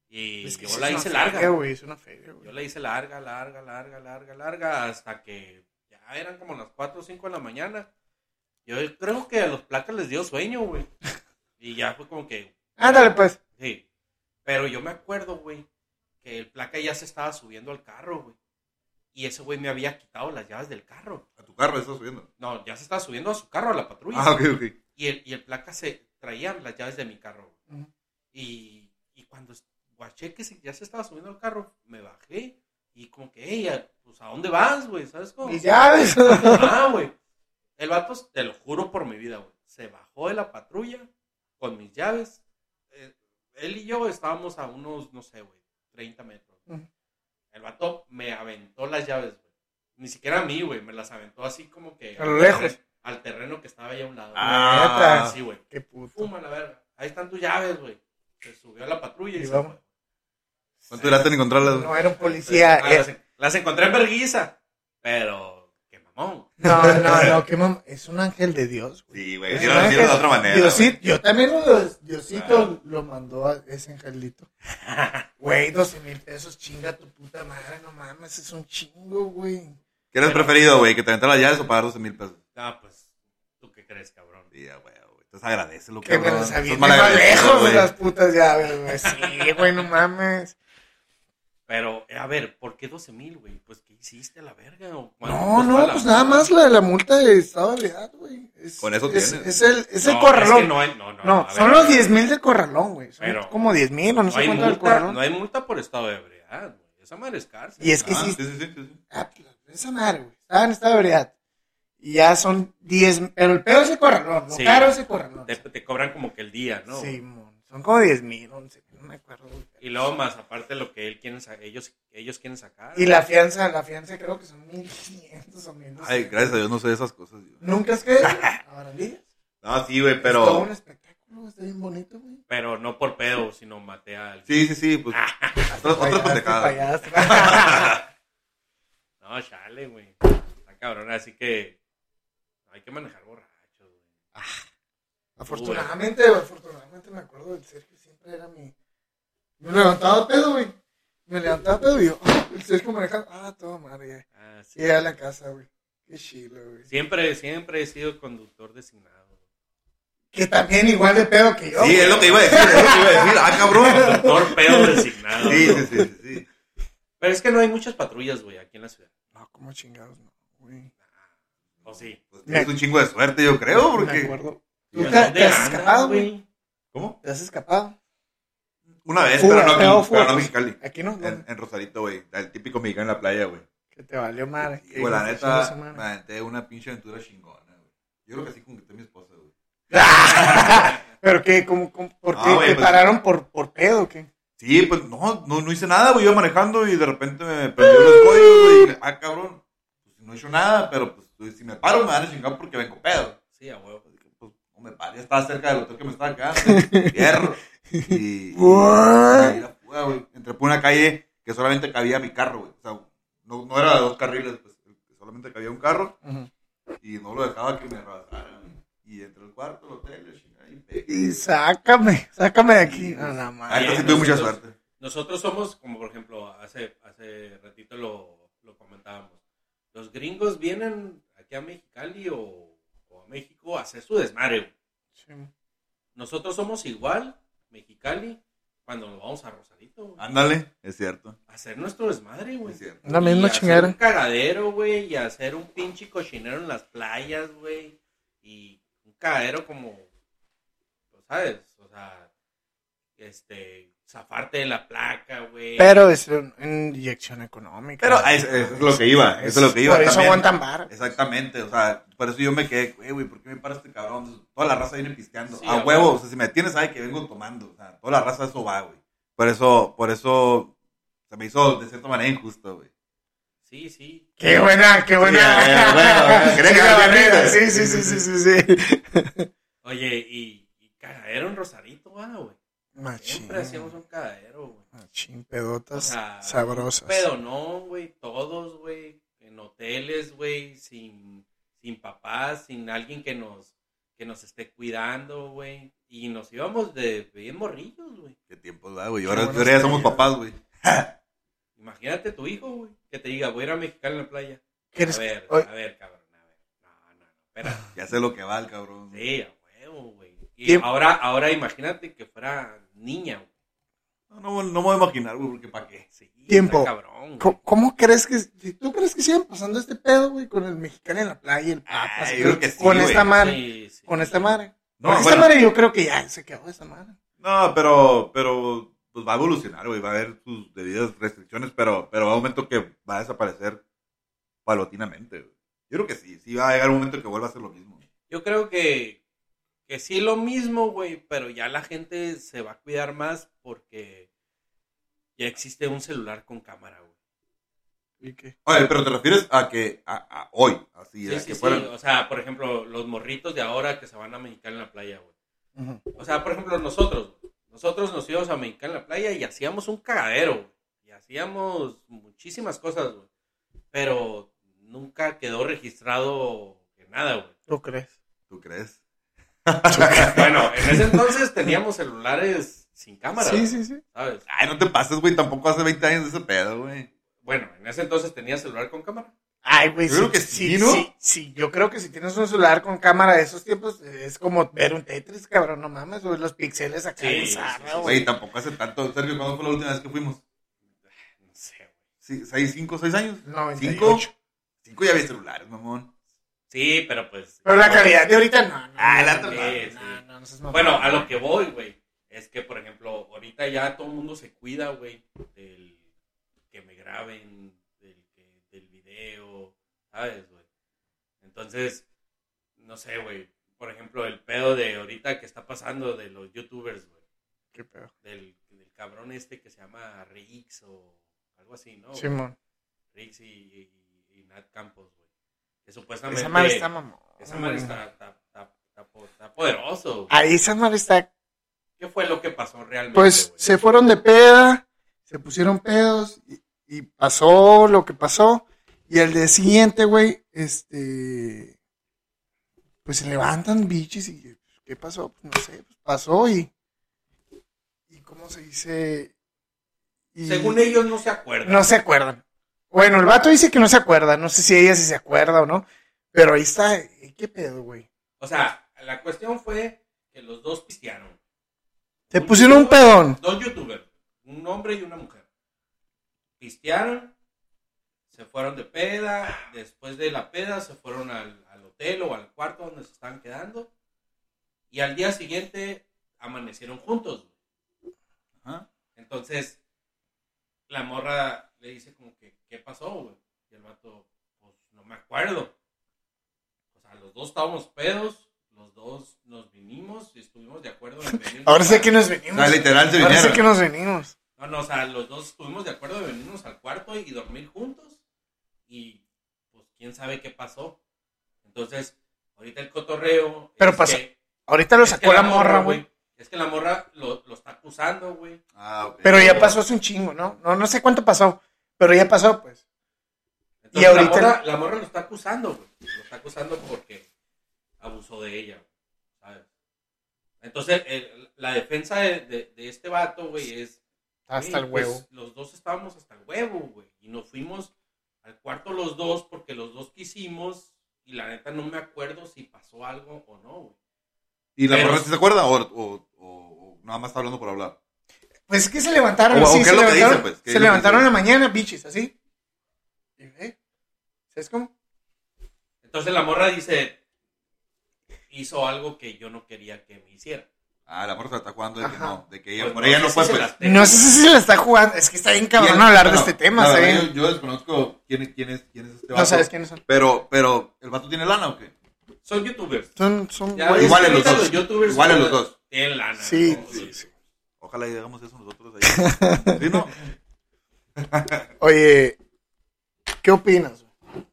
Speaker 1: Y
Speaker 2: Es que
Speaker 1: yo
Speaker 2: sí
Speaker 1: la
Speaker 2: es una
Speaker 1: hice
Speaker 2: feria,
Speaker 1: larga.
Speaker 2: güey. Es una feria,
Speaker 1: Yo
Speaker 2: güey.
Speaker 1: la hice larga, larga, larga, larga, larga, hasta que ya eran como las 4 o 5 de la mañana. Yo creo que a los placas les dio sueño, güey. Y ya fue como que,
Speaker 2: Ándale, pues.
Speaker 1: sí. Pero yo me acuerdo, güey, que el placa ya se estaba subiendo al carro, güey. Y ese güey me había quitado las llaves del carro.
Speaker 4: A tu carro estás subiendo.
Speaker 1: No, ya se estaba subiendo a su carro, a la patrulla.
Speaker 4: Ah, ok, ok.
Speaker 1: y, el, y el placa se traía las llaves de mi carro. güey.
Speaker 2: Ujú.
Speaker 1: Y, y cuando es- guaché que se- ya se estaba subiendo al carro, me bajé y como que, "Ey, a- pues, ¿a dónde vas, güey? ¿Sabes cómo?
Speaker 2: Mis llaves.
Speaker 1: Ah, güey. El vato, te lo juro por mi vida, güey, se bajó de la patrulla con mis llaves. Eh, él y yo estábamos a unos, no sé, güey, 30 metros.
Speaker 2: Ujú.
Speaker 1: El vato me aventó las llaves, güey. Ni siquiera a mí, güey, me las aventó así como que...
Speaker 2: A lo lejos.
Speaker 1: Al terreno que estaba ahí a un lado.
Speaker 4: Ah.
Speaker 1: Así, güey
Speaker 2: Qué puto.
Speaker 1: fuma la verga. Ahí están tus llaves, güey. Se subió a la patrulla y,
Speaker 2: Y
Speaker 1: se
Speaker 2: vamos.
Speaker 1: fue.
Speaker 4: ¿Cuánto duraste en encontrarlas? güey?
Speaker 2: No era un policía.
Speaker 1: Ah,
Speaker 2: eh,
Speaker 1: las, en- las encontré en verguiza. Pero, qué mamón.
Speaker 2: No, no, no. Qué mam... Es un ángel de Dios, güey.
Speaker 4: Sí, güey.
Speaker 2: Es
Speaker 4: Yo
Speaker 2: un
Speaker 4: lo decía
Speaker 2: ángel-
Speaker 4: de otra manera. güey.
Speaker 2: Diosito, yo también lo, Diosito
Speaker 1: Ah.
Speaker 4: Claro.
Speaker 2: lo mandó a ese angelito. Güey, 12 mil pesos, chinga tu puta madre, no mames, es un chingo, güey.
Speaker 4: ¿Qué eres
Speaker 1: Pero-
Speaker 4: preferido, güey? ¿Que te aventara las llaves o pagar 12 mil pesos?
Speaker 1: Ah, pues, ¿tú qué crees, cabrón?
Speaker 4: Sí, ya, güey. güey. Entonces agradece lo que
Speaker 2: Que me las avienten más
Speaker 4: malagradecido,
Speaker 2: lejos de
Speaker 4: güey.
Speaker 2: las putas llaves, güey. Sí, güey, no mames.
Speaker 1: Pero, eh, a ver, ¿por qué 12 mil, güey? Pues, ¿qué hiciste a la verga? ¿O cuánto
Speaker 2: No,
Speaker 1: costó
Speaker 2: no,
Speaker 1: la-
Speaker 2: pues nada más la de la multa de estado de ebriedad, güey. Es-
Speaker 4: Con eso
Speaker 2: es,
Speaker 4: tienes.
Speaker 2: Es el, es
Speaker 1: No,
Speaker 2: el corralón.
Speaker 1: es que no, hay- no, no,
Speaker 2: no,
Speaker 1: a
Speaker 2: son
Speaker 1: ver,
Speaker 2: los 10 mil del corralón, güey. Son
Speaker 1: Pero-
Speaker 2: como 10 mil o no,
Speaker 1: No
Speaker 2: sé
Speaker 1: hay,
Speaker 2: cuánto del
Speaker 1: multa,
Speaker 2: corralón.
Speaker 1: no hay multa por estado de ebriedad, güey. Esa madre es cárcel.
Speaker 2: Y es que
Speaker 4: Ah,
Speaker 2: sí,
Speaker 4: sí, sí, sí, sí, sí.
Speaker 2: ah, pues, esa madre, güey. Estaba en estado de ebriedad. Y ya son 10 mil. Pero el pedo es el corralón, lo
Speaker 1: Sí.
Speaker 2: caro es el corralón.
Speaker 1: Te, te cobran como que el día, ¿no?
Speaker 2: Sí, mon, son como 10 mil, 11 mil, no me acuerdo. güey.
Speaker 1: Y luego más, aparte lo que él quieren sa- ellos, ellos quieren sacar.
Speaker 2: Y la fianza, la fianza creo que son 1500 o 1200.
Speaker 4: Ay, gracias a Dios no sé de esas cosas. yo.
Speaker 2: ¿Nunca has creído? Ahora digas.
Speaker 4: No, sí, güey,
Speaker 2: Es todo un
Speaker 4: pero.
Speaker 2: espectáculo, está bien bonito, güey.
Speaker 1: Pero no por pedo, sino mate a alguien.
Speaker 4: Sí, sí, sí. Pues, otras otras pendejadas.
Speaker 2: Payaso, payaso.
Speaker 1: No, chale, güey. Está cabrón, así que hay que manejar borracho, güey.
Speaker 2: afortunadamente, afortunadamente me acuerdo del Sergio, siempre era mi. Me levantaba pedo, güey. Me levantaba pedo y yo, ah, el Sergio manejaba, ah, todo madre. ya.
Speaker 1: Ah, sí.
Speaker 2: Y llegué a la casa, güey. Qué chilo, güey.
Speaker 1: Siempre, siempre he sido conductor designado.
Speaker 2: Que también igual de pedo que yo.
Speaker 4: Sí, eh. es lo que iba a decir, es lo que iba a decir. Ah, cabrón.
Speaker 1: Conductor pedo designado.
Speaker 4: Sí,
Speaker 1: ¿no?
Speaker 4: sí, sí. sí, sí.
Speaker 1: Pero es que no hay muchas patrullas, güey, aquí en la ciudad.
Speaker 2: No, como chingados, no, güey.
Speaker 1: O sí.
Speaker 4: Pues tienes un chingo de suerte, yo creo,
Speaker 2: Me
Speaker 4: porque.
Speaker 2: acuerdo. ¿Tú
Speaker 1: ¿Dónde
Speaker 2: te, te has
Speaker 1: andas,
Speaker 2: escapado, güey?
Speaker 4: ¿Cómo?
Speaker 2: ¿Te has escapado?
Speaker 4: Una vez,
Speaker 2: Fuga,
Speaker 4: pero no
Speaker 2: pero
Speaker 4: aquí,
Speaker 2: fuga.
Speaker 4: pero no en Mexicali.
Speaker 2: Aquí no,
Speaker 4: En,
Speaker 2: no.
Speaker 4: en Rosarito, güey. El típico mexicano en la playa, güey.
Speaker 2: Que te valió madre.
Speaker 4: Sí,
Speaker 2: que
Speaker 4: güey, la
Speaker 2: dijiste,
Speaker 4: neta,
Speaker 2: "Chinga su
Speaker 4: me
Speaker 2: madre".
Speaker 4: aventé una pinche aventura chingona, güey. Yo creo que así conquisté a mi esposa, güey.
Speaker 2: Pero que, como, como, ¿por
Speaker 4: No,
Speaker 2: qué
Speaker 4: güey,
Speaker 2: te
Speaker 4: pues-
Speaker 2: pararon por, por pedo? o ¿Qué?
Speaker 4: Sí, pues no, no, no hice nada, güey. Iba manejando y de repente me prendió los códigos, güey. Ah, cabrón. Pues no he hecho nada, pero pues güey, si me paro me van a chingar porque vengo pedo.
Speaker 1: Sí, a huevo.
Speaker 4: Pues, dije, pues, no me paré, estaba cerca del hotel que me estaba quedando. Hierro. Y. y-
Speaker 2: What?
Speaker 4: y la fuga, güey. Entré por una calle que solamente cabía mi carro, güey. O sea, no, no era de dos carriles, pues. Solamente cabía un carro. y no lo dejaba que me arrastraran. güey. Y entré al cuarto, al hotel, la chingada, y pegué.
Speaker 2: Y sácame, sácame de aquí. A la
Speaker 4: Ah,
Speaker 2: madre.
Speaker 4: entonces sí tuve mucha suerte.
Speaker 1: Nosotros somos, como por ejemplo, hace, hace ratito lo, lo comentábamos. Los gringos vienen aquí a Mexicali o, o a México a hacer su desmadre. güey.
Speaker 2: Sí.
Speaker 1: Nosotros somos igual, Mexicali, cuando nos vamos a Rosarito. güey.
Speaker 4: Ándale, es cierto,
Speaker 1: A hacer nuestro desmadre, güey.
Speaker 4: es cierto.
Speaker 2: La
Speaker 1: Y
Speaker 2: misma
Speaker 1: hacer Un
Speaker 2: chingadera.
Speaker 1: cagadero, güey, y hacer un pinche cochinero en las playas, güey. Y un cagadero como, ¿lo sabes? O sea, este, zafarte de la placa, güey.
Speaker 2: Pero es una inyección económica.
Speaker 4: Pero ah, es, es lo que iba, eso es lo que iba.
Speaker 2: Por eso
Speaker 4: también.
Speaker 2: aguantan bar.
Speaker 4: Exactamente, o sea, por eso yo me quedé, güey, güey, ¿por qué me para este cabrón? Toda la raza viene pisteando.
Speaker 1: Sí,
Speaker 4: a
Speaker 1: a
Speaker 4: huevo,
Speaker 1: huevo.
Speaker 4: o sea, si me tienes, sabe que vengo tomando. O sea, toda la raza eso va, güey. Por eso, por eso, se me hizo de cierta manera injusto, güey.
Speaker 1: Sí, sí.
Speaker 2: Qué buena, qué buena.
Speaker 4: Sí, eh, bueno, bueno, quería
Speaker 2: Sí,
Speaker 4: que la
Speaker 2: la
Speaker 4: barriga.
Speaker 2: barriga, sí, sí, sí, sí, sí, sí.
Speaker 1: Oye, y, y cagadero en Rosarito, ah, güey.
Speaker 2: Machín.
Speaker 1: Siempre hacíamos un cagadero, güey.
Speaker 2: Machín, pedotas
Speaker 1: O sea,
Speaker 2: sabrosas.
Speaker 1: Pero no, güey, todos, güey, en hoteles, güey, sin, sin papás, sin alguien que nos, que nos esté cuidando, güey. Y nos íbamos de bien morrillos, güey.
Speaker 4: Qué tiempo da, güey.
Speaker 2: Qué
Speaker 4: Ahora,
Speaker 2: buenos
Speaker 4: ahora ya somos
Speaker 2: tiempos.
Speaker 4: papás, güey.
Speaker 1: Imagínate tu hijo, güey, que te diga, voy a ir a Mexicali en la playa.
Speaker 2: ¿Quieres- Ah.
Speaker 1: A ver,
Speaker 2: oye,
Speaker 1: a ver, cabrón, a ver. No, no, no, espera.
Speaker 4: Ya sé lo que va el cabrón.
Speaker 1: Sí, a huevo, güey. Y
Speaker 2: Tiempo.
Speaker 1: ahora, ahora imagínate que fuera niña, güey.
Speaker 4: No, no, no me voy a imaginar, güey, porque ¿para qué?
Speaker 1: Sí,
Speaker 2: Tiempo.
Speaker 1: está cabrón, güey.
Speaker 2: ¿Cómo, cómo crees que, si tú crees que sigan pasando este pedo, güey, con el mexicano en la playa, el papa,
Speaker 4: Ay,
Speaker 2: así,
Speaker 4: yo creo que sí,
Speaker 2: con
Speaker 4: güey.
Speaker 2: esta madre,
Speaker 1: Sí, sí.
Speaker 2: con esta madre?
Speaker 4: No,
Speaker 2: Con esta
Speaker 4: bueno.
Speaker 2: madre yo creo que ya se quedó esta madre.
Speaker 4: No, pero, pero pues va a evolucionar, güey. Va a haber sus debidas restricciones, pero, pero va a un momento que va a desaparecer paulatinamente. güey. Yo creo que sí, sí va a llegar un momento que vuelva a ser lo mismo.
Speaker 1: Yo creo que, que sí lo mismo, güey, pero ya la gente se va a cuidar más porque ya existe un celular con cámara, güey.
Speaker 2: ¿Y qué?
Speaker 4: Oye, pero te refieres a que a, a hoy, así,
Speaker 1: Sí,
Speaker 4: a
Speaker 1: sí,
Speaker 4: que
Speaker 1: sí.
Speaker 4: fuera.
Speaker 1: O sea, por ejemplo, los morritos de ahora que se van a Mexicali en la playa, güey.
Speaker 2: Ujú.
Speaker 1: O sea, por ejemplo, nosotros, güey. nosotros nos íbamos a Mexicali en la playa y hacíamos un cagadero, güey. Y hacíamos muchísimas cosas, güey. Pero nunca quedó registrado que nada, güey.
Speaker 2: ¿Tú crees?
Speaker 4: ¿Tú crees?
Speaker 1: Bueno, en ese entonces teníamos celulares sin cámara,
Speaker 2: Sí,
Speaker 1: güey,
Speaker 2: sí, sí.
Speaker 1: ¿sabes?
Speaker 4: Ay, no te pases, güey. Tampoco hace 20 años de ese pedo, güey.
Speaker 1: Bueno, en ese entonces tenía celular con cámara.
Speaker 2: Ay, güey,
Speaker 4: Yo creo que sí, ¿no?
Speaker 2: sí, sí, yo creo que si tienes un celular con cámara de esos tiempos, eh, es como ver un Tetris, cabrón, no mames, güey, los pixeles acá
Speaker 1: Sí,
Speaker 2: en
Speaker 1: sí,
Speaker 2: zarra,
Speaker 1: sí, sí.
Speaker 2: güey.
Speaker 4: Güey, tampoco hace tanto. Sergio, ¿cuándo fue la última vez que fuimos?
Speaker 1: No sé, güey.
Speaker 4: Sí, ¿Seis, cinco, seis años?
Speaker 2: 98.
Speaker 4: ¿Cinco? Cinco ya había celulares, mamón.
Speaker 1: Sí, pero pues.
Speaker 2: Pero la calidad de ahorita no. no
Speaker 4: Ah, la
Speaker 2: no,
Speaker 4: otra
Speaker 2: no,
Speaker 1: vez,
Speaker 2: no,
Speaker 1: sí.
Speaker 2: no, no, no seas mamón.
Speaker 1: Bueno, a lo que voy, güey. Es que, por ejemplo, ahorita ya todo el mundo se cuida, güey. Del que me graben, del, que- del video, ¿sabes, güey? Entonces, no sé, güey. Por ejemplo, el pedo de ahorita que está pasando de los youtubers, güey.
Speaker 2: Qué pedo.
Speaker 1: Del, del cabrón este que se llama Riggs o algo así, ¿no? güey?
Speaker 2: Simón.
Speaker 1: Riggs y, y- y Nat Campos, güey. Que supuestamente.
Speaker 2: Esa madre está mamón.
Speaker 1: esa madre está- está- está- está po- está poderoso. güey.
Speaker 2: A esa madre está.
Speaker 1: ¿Qué fue lo que pasó realmente?
Speaker 2: Pues
Speaker 1: güey?
Speaker 2: se fueron de peda, se pusieron pedos y, y pasó lo que pasó. Y al día siguiente, güey, este. Pues se levantan bichis y. ¿Qué pasó? Pues no sé, pues pasó y. ¿Y cómo se dice? Y-
Speaker 1: Según ellos no se acuerdan.
Speaker 2: No se acuerdan. Bueno, el vato dice que no se acuerda. No sé si ella sí se acuerda o no. Pero ahí está. eh, ¿Qué pedo, güey?
Speaker 1: O sea, la cuestión fue que los dos pistearon.
Speaker 2: Se pusieron un pedón.
Speaker 1: Dos youtubers, un hombre y una mujer. Pistearon, se fueron de peda, después de la peda se fueron al, al hotel o al cuarto donde se estaban quedando. Y al día siguiente amanecieron juntos. güey.
Speaker 4: Ajá.
Speaker 1: Entonces, la morra le dice como que, ¿qué pasó, güey? Y el vato, pues, no me acuerdo. O sea, los dos estábamos pedos, los dos nos vinimos y estuvimos de acuerdo en venirnos
Speaker 2: Ahora sé
Speaker 1: para-
Speaker 2: que nos
Speaker 4: O
Speaker 2: venimos.
Speaker 4: sea, literal se
Speaker 2: Ahora sé
Speaker 4: vinieron.
Speaker 2: que nos venimos.
Speaker 1: No, no, o sea, los dos estuvimos de acuerdo de venirnos al cuarto y dormir juntos. Y pues quién sabe qué pasó. Entonces, ahorita el cotorreo.
Speaker 2: Pero
Speaker 1: es
Speaker 2: pasó-
Speaker 1: que-
Speaker 2: Ahorita lo
Speaker 1: es
Speaker 2: sacó
Speaker 1: que
Speaker 2: la morra, güey.
Speaker 1: Es que la morra lo, lo está acusando, güey.
Speaker 4: Ah, ok.
Speaker 2: Pero ya pasó hace un chingo, ¿no? No, no sé cuánto pasó. Pero ya pasó, pues.
Speaker 1: Entonces,
Speaker 2: Y ahorita-
Speaker 1: La morra, la morra lo está acusando, güey. Lo está acusando porque abusó de ella, güey, ¿sabes? Entonces, el- la defensa de, de- de este vato, güey, es
Speaker 2: Hasta
Speaker 1: Güey,
Speaker 2: el huevo.
Speaker 1: pues, los dos estábamos hasta el huevo, güey. Y nos fuimos al cuarto los dos porque los dos quisimos. Y la neta no me acuerdo si pasó algo o no, güey.
Speaker 4: ¿Y la
Speaker 1: Pero-
Speaker 4: morra sí se acuerda o, o- o- o nada más está hablando por hablar?
Speaker 2: Pues es que se levantaron.
Speaker 4: O-
Speaker 2: sí,
Speaker 4: o qué
Speaker 2: se
Speaker 4: es lo que dice,
Speaker 2: levantaron,
Speaker 4: pues, ¿qué
Speaker 2: se
Speaker 4: es lo que
Speaker 2: levantaron en
Speaker 4: dice?
Speaker 2: la mañana, bichis, así. Y, ¿eh? ¿Sabes cómo?
Speaker 1: Entonces la morra dice, hizo algo que yo no quería que me hiciera.
Speaker 4: Ah, la morra se está jugando de que
Speaker 2: Ajá.
Speaker 4: no, de que ella
Speaker 1: Pues
Speaker 4: por ella
Speaker 1: sé
Speaker 4: no
Speaker 1: si
Speaker 4: fue.
Speaker 1: se
Speaker 4: pues.
Speaker 1: las tengo.
Speaker 2: No sé si se la está jugando. Es que está bien
Speaker 4: Y
Speaker 2: cabrón
Speaker 4: el-
Speaker 2: hablar de
Speaker 4: bueno,
Speaker 2: este tema,
Speaker 4: la
Speaker 2: ¿sabes?
Speaker 4: verdad, Yo, yo desconozco quién, es- quién es, quién es este vato.
Speaker 2: No sabes quiénes son.
Speaker 4: Pero, pero, ¿el vato tiene lana o qué?
Speaker 1: Son youtubers.
Speaker 2: Son, son
Speaker 1: Ya
Speaker 2: güeyes.
Speaker 1: ves
Speaker 4: Iguales
Speaker 1: que
Speaker 4: los
Speaker 1: ahorita
Speaker 4: dos.
Speaker 1: youtubers
Speaker 4: Iguales
Speaker 1: son-
Speaker 4: los dos.
Speaker 1: Tienen lana.
Speaker 2: Sí,
Speaker 1: ¿no?
Speaker 2: sí, sí.
Speaker 4: Ojalá y hagamos eso nosotros ahí. ¿Sí, no?
Speaker 2: Oye, ¿qué opinas? güey?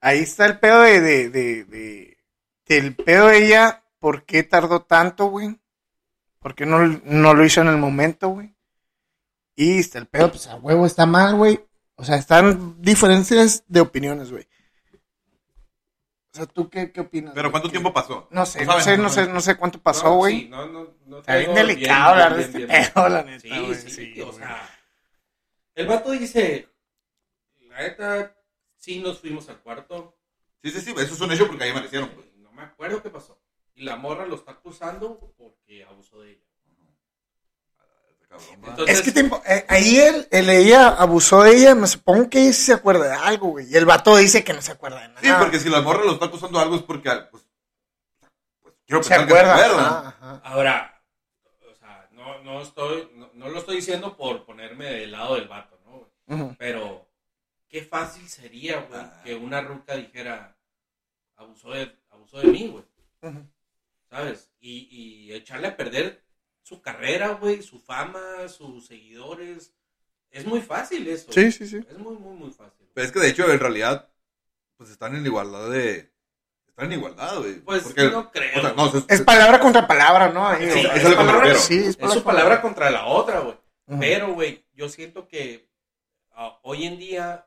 Speaker 2: Ahí está el pedo de, de, de, de- del pedo de ella, ¿por qué tardó tanto, güey? ¿Por qué no, no lo hizo en el momento, güey? Y está el pedo, pues a huevo está mal, güey. O sea, están diferencias de opiniones, güey. O sea, ¿tú qué, qué opinas?
Speaker 4: Pero
Speaker 2: güey?
Speaker 4: ¿cuánto
Speaker 2: ¿Qué-
Speaker 4: tiempo pasó?
Speaker 2: No sé,
Speaker 4: No
Speaker 2: no sé,
Speaker 4: saben,
Speaker 2: no
Speaker 4: no
Speaker 2: sé,
Speaker 4: saben.
Speaker 2: no sé cuánto pasó,
Speaker 1: No,
Speaker 2: güey.
Speaker 1: sí, no, no, no
Speaker 2: Está bien
Speaker 1: traigo
Speaker 2: delicado hablar de
Speaker 1: bien,
Speaker 2: este
Speaker 1: bien, bien.
Speaker 2: pedo, la neta,
Speaker 1: Sí,
Speaker 2: güey.
Speaker 1: sí,
Speaker 2: Sí,
Speaker 1: o
Speaker 2: güey.
Speaker 1: sea. El vato dice, la neta, sí nos fuimos al cuarto,
Speaker 4: Sí, sí, sí, eso es un hecho porque ahí amanecieron. Pues.
Speaker 1: no me acuerdo qué pasó. Y la morra lo está acusando porque abusó de ella.
Speaker 4: Cabrón, va.
Speaker 1: Entonces,
Speaker 2: Es que tiempo, eh, ahí él, él- ella abusó de ella, me supongo que ella sí se acuerda de algo, güey. Y el vato dice que no se acuerda de nada.
Speaker 4: Sí, porque si la morra lo está acusando de algo es porque, pues, pues, quiero
Speaker 2: se
Speaker 4: pensar
Speaker 2: acuerda.
Speaker 4: que se acuerda.
Speaker 2: Ajá, ajá.
Speaker 1: ahora, o sea, no, no, estoy, no, no lo estoy diciendo por ponerme del lado del vato, ¿no? güey?
Speaker 2: Ujú.
Speaker 1: Pero, qué fácil sería, güey,
Speaker 4: Ah.
Speaker 1: que una ruca dijera, abusó de, abusó de mí, güey.
Speaker 2: Ujú.
Speaker 1: ¿sabes? Y, y echarle a perder su carrera, güey, su fama, sus seguidores. Es muy fácil eso.
Speaker 2: Sí, sí, sí.
Speaker 1: Es muy, muy, muy fácil.
Speaker 4: Pero es que de hecho, en realidad, pues están en igualdad de. Están en igualdad, güey.
Speaker 1: Pues
Speaker 4: Porque-
Speaker 1: no creo.
Speaker 4: o sea, no, se-
Speaker 2: Es
Speaker 4: se-
Speaker 2: palabra contra palabra, ¿no?
Speaker 1: Sí,
Speaker 2: Ahí, güey.
Speaker 1: eso es
Speaker 2: Es
Speaker 1: lo que me
Speaker 2: palabra-
Speaker 4: refiero.
Speaker 2: sí,
Speaker 1: es su palabra contra la otra, güey.
Speaker 2: Ujú.
Speaker 1: Pero, güey, yo siento que ah, hoy en día,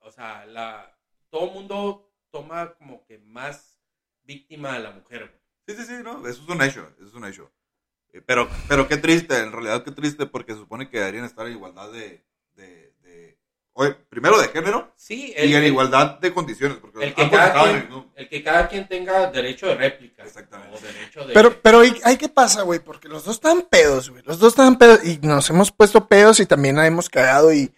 Speaker 1: o sea, la, todo mundo toma como que más víctima a la mujer, güey.
Speaker 4: Sí, sí, sí, no, eso es un hecho, eso es un hecho. Eh, Pero, pero qué triste, en realidad qué triste, porque se supone que deberían estar en igualdad de, de, de- oye, primero de género
Speaker 1: Sí,
Speaker 4: y en
Speaker 1: el,
Speaker 4: igualdad de condiciones, porque
Speaker 1: el que
Speaker 4: ambos
Speaker 1: cada
Speaker 4: estaban
Speaker 1: quien-
Speaker 4: en- ¿no?
Speaker 1: el que cada quien tenga derecho de réplica.
Speaker 4: Exactamente.
Speaker 1: O derecho de...
Speaker 2: Pero, pero ¿y- ahí qué pasa, güey? Porque los dos están pedos, güey. Los dos están pedos y nos hemos puesto pedos y también la hemos cagado y,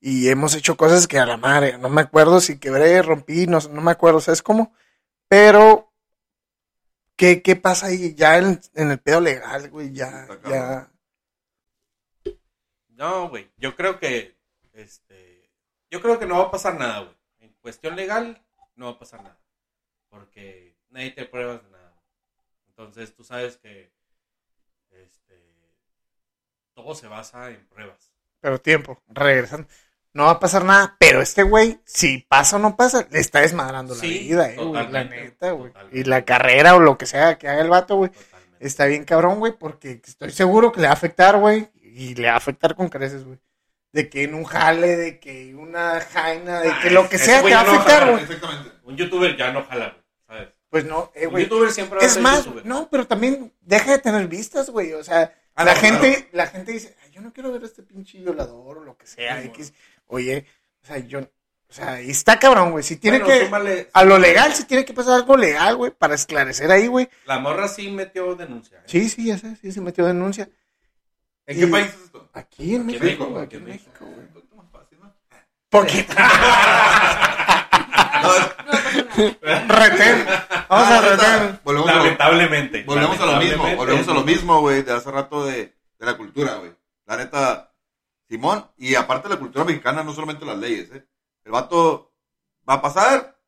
Speaker 2: y hemos hecho cosas que a la madre, no me acuerdo si quebré, rompí, no, no me acuerdo, ¿sabes cómo? Pero, ¿qué, qué pasa ahí ya en, en el pedo legal, güey? Ya,
Speaker 4: Está cabrón.
Speaker 2: ya.
Speaker 1: No, güey. Yo creo que. Este. Yo creo que no va a pasar nada, güey. En cuestión legal, no va a pasar nada. Porque nadie te pruebas nada. Entonces tú sabes que. Este. todo se basa en pruebas.
Speaker 2: Pero tiempo, regresando. No va a pasar nada, pero este güey, si pasa o no pasa, le está desmadrando
Speaker 1: Sí,
Speaker 2: la vida, eh, güey, la
Speaker 1: totalmente,
Speaker 2: neta, güey.
Speaker 1: totalmente.
Speaker 2: Y la carrera o lo que sea que haga el vato, güey,
Speaker 1: Totalmente.
Speaker 2: está bien cabrón, güey, porque estoy seguro que le va a afectar, güey, y le va a afectar con creces, güey. De que en un jale, de que una jaina, de que
Speaker 1: Ay,
Speaker 2: lo que
Speaker 1: ese
Speaker 2: sea te
Speaker 1: güey
Speaker 2: va a
Speaker 1: no va a
Speaker 2: afectar,
Speaker 1: jalar,
Speaker 2: güey.
Speaker 4: Exactamente.
Speaker 1: Un youtuber ya no jala, güey, ¿sabes?
Speaker 2: Pues no, eh,
Speaker 1: Un
Speaker 2: güey.
Speaker 1: youtuber siempre va a
Speaker 2: Es
Speaker 1: ser
Speaker 2: más,
Speaker 1: youtuber.
Speaker 2: no, pero también deja de tener vistas, güey. O sea,
Speaker 4: Ah,
Speaker 2: la
Speaker 4: no,
Speaker 2: gente, la gente dice, "Ay, yo no quiero ver a este pinche violador o lo que sea.
Speaker 1: Sí,
Speaker 2: X. Oye, o sea, yo, o sea, y está cabrón, güey. Si tiene
Speaker 1: Bueno,
Speaker 2: que,
Speaker 1: súmale-
Speaker 2: a lo legal, si tiene que pasar algo legal, güey, para esclarecer ahí, güey.
Speaker 1: La morra sí metió denuncia. ¿eh?
Speaker 2: Sí, sí, ya sé, sí se metió denuncia.
Speaker 4: ¿En qué
Speaker 2: Y-
Speaker 4: país es esto?
Speaker 1: Aquí
Speaker 2: Aquí en
Speaker 1: en
Speaker 2: México,
Speaker 1: México,
Speaker 2: güey,
Speaker 1: aquí
Speaker 2: aquí en
Speaker 1: en
Speaker 2: México, güey.
Speaker 4: Un poquito más fácil, ¿no?
Speaker 2: Poquito.
Speaker 4: No,
Speaker 2: Retén. Vamos a
Speaker 4: Ah, ahorita
Speaker 2: retener.
Speaker 4: Volvemos, a lo,
Speaker 1: Lamentablemente.
Speaker 4: volvemos a lo mismo,
Speaker 1: lamentablemente.
Speaker 4: volvemos a lo mismo, güey, de hace rato de, de la cultura, güey. La neta, Simón, y aparte la cultura mexicana, no solamente las leyes, ¿eh? El vato va a pasar,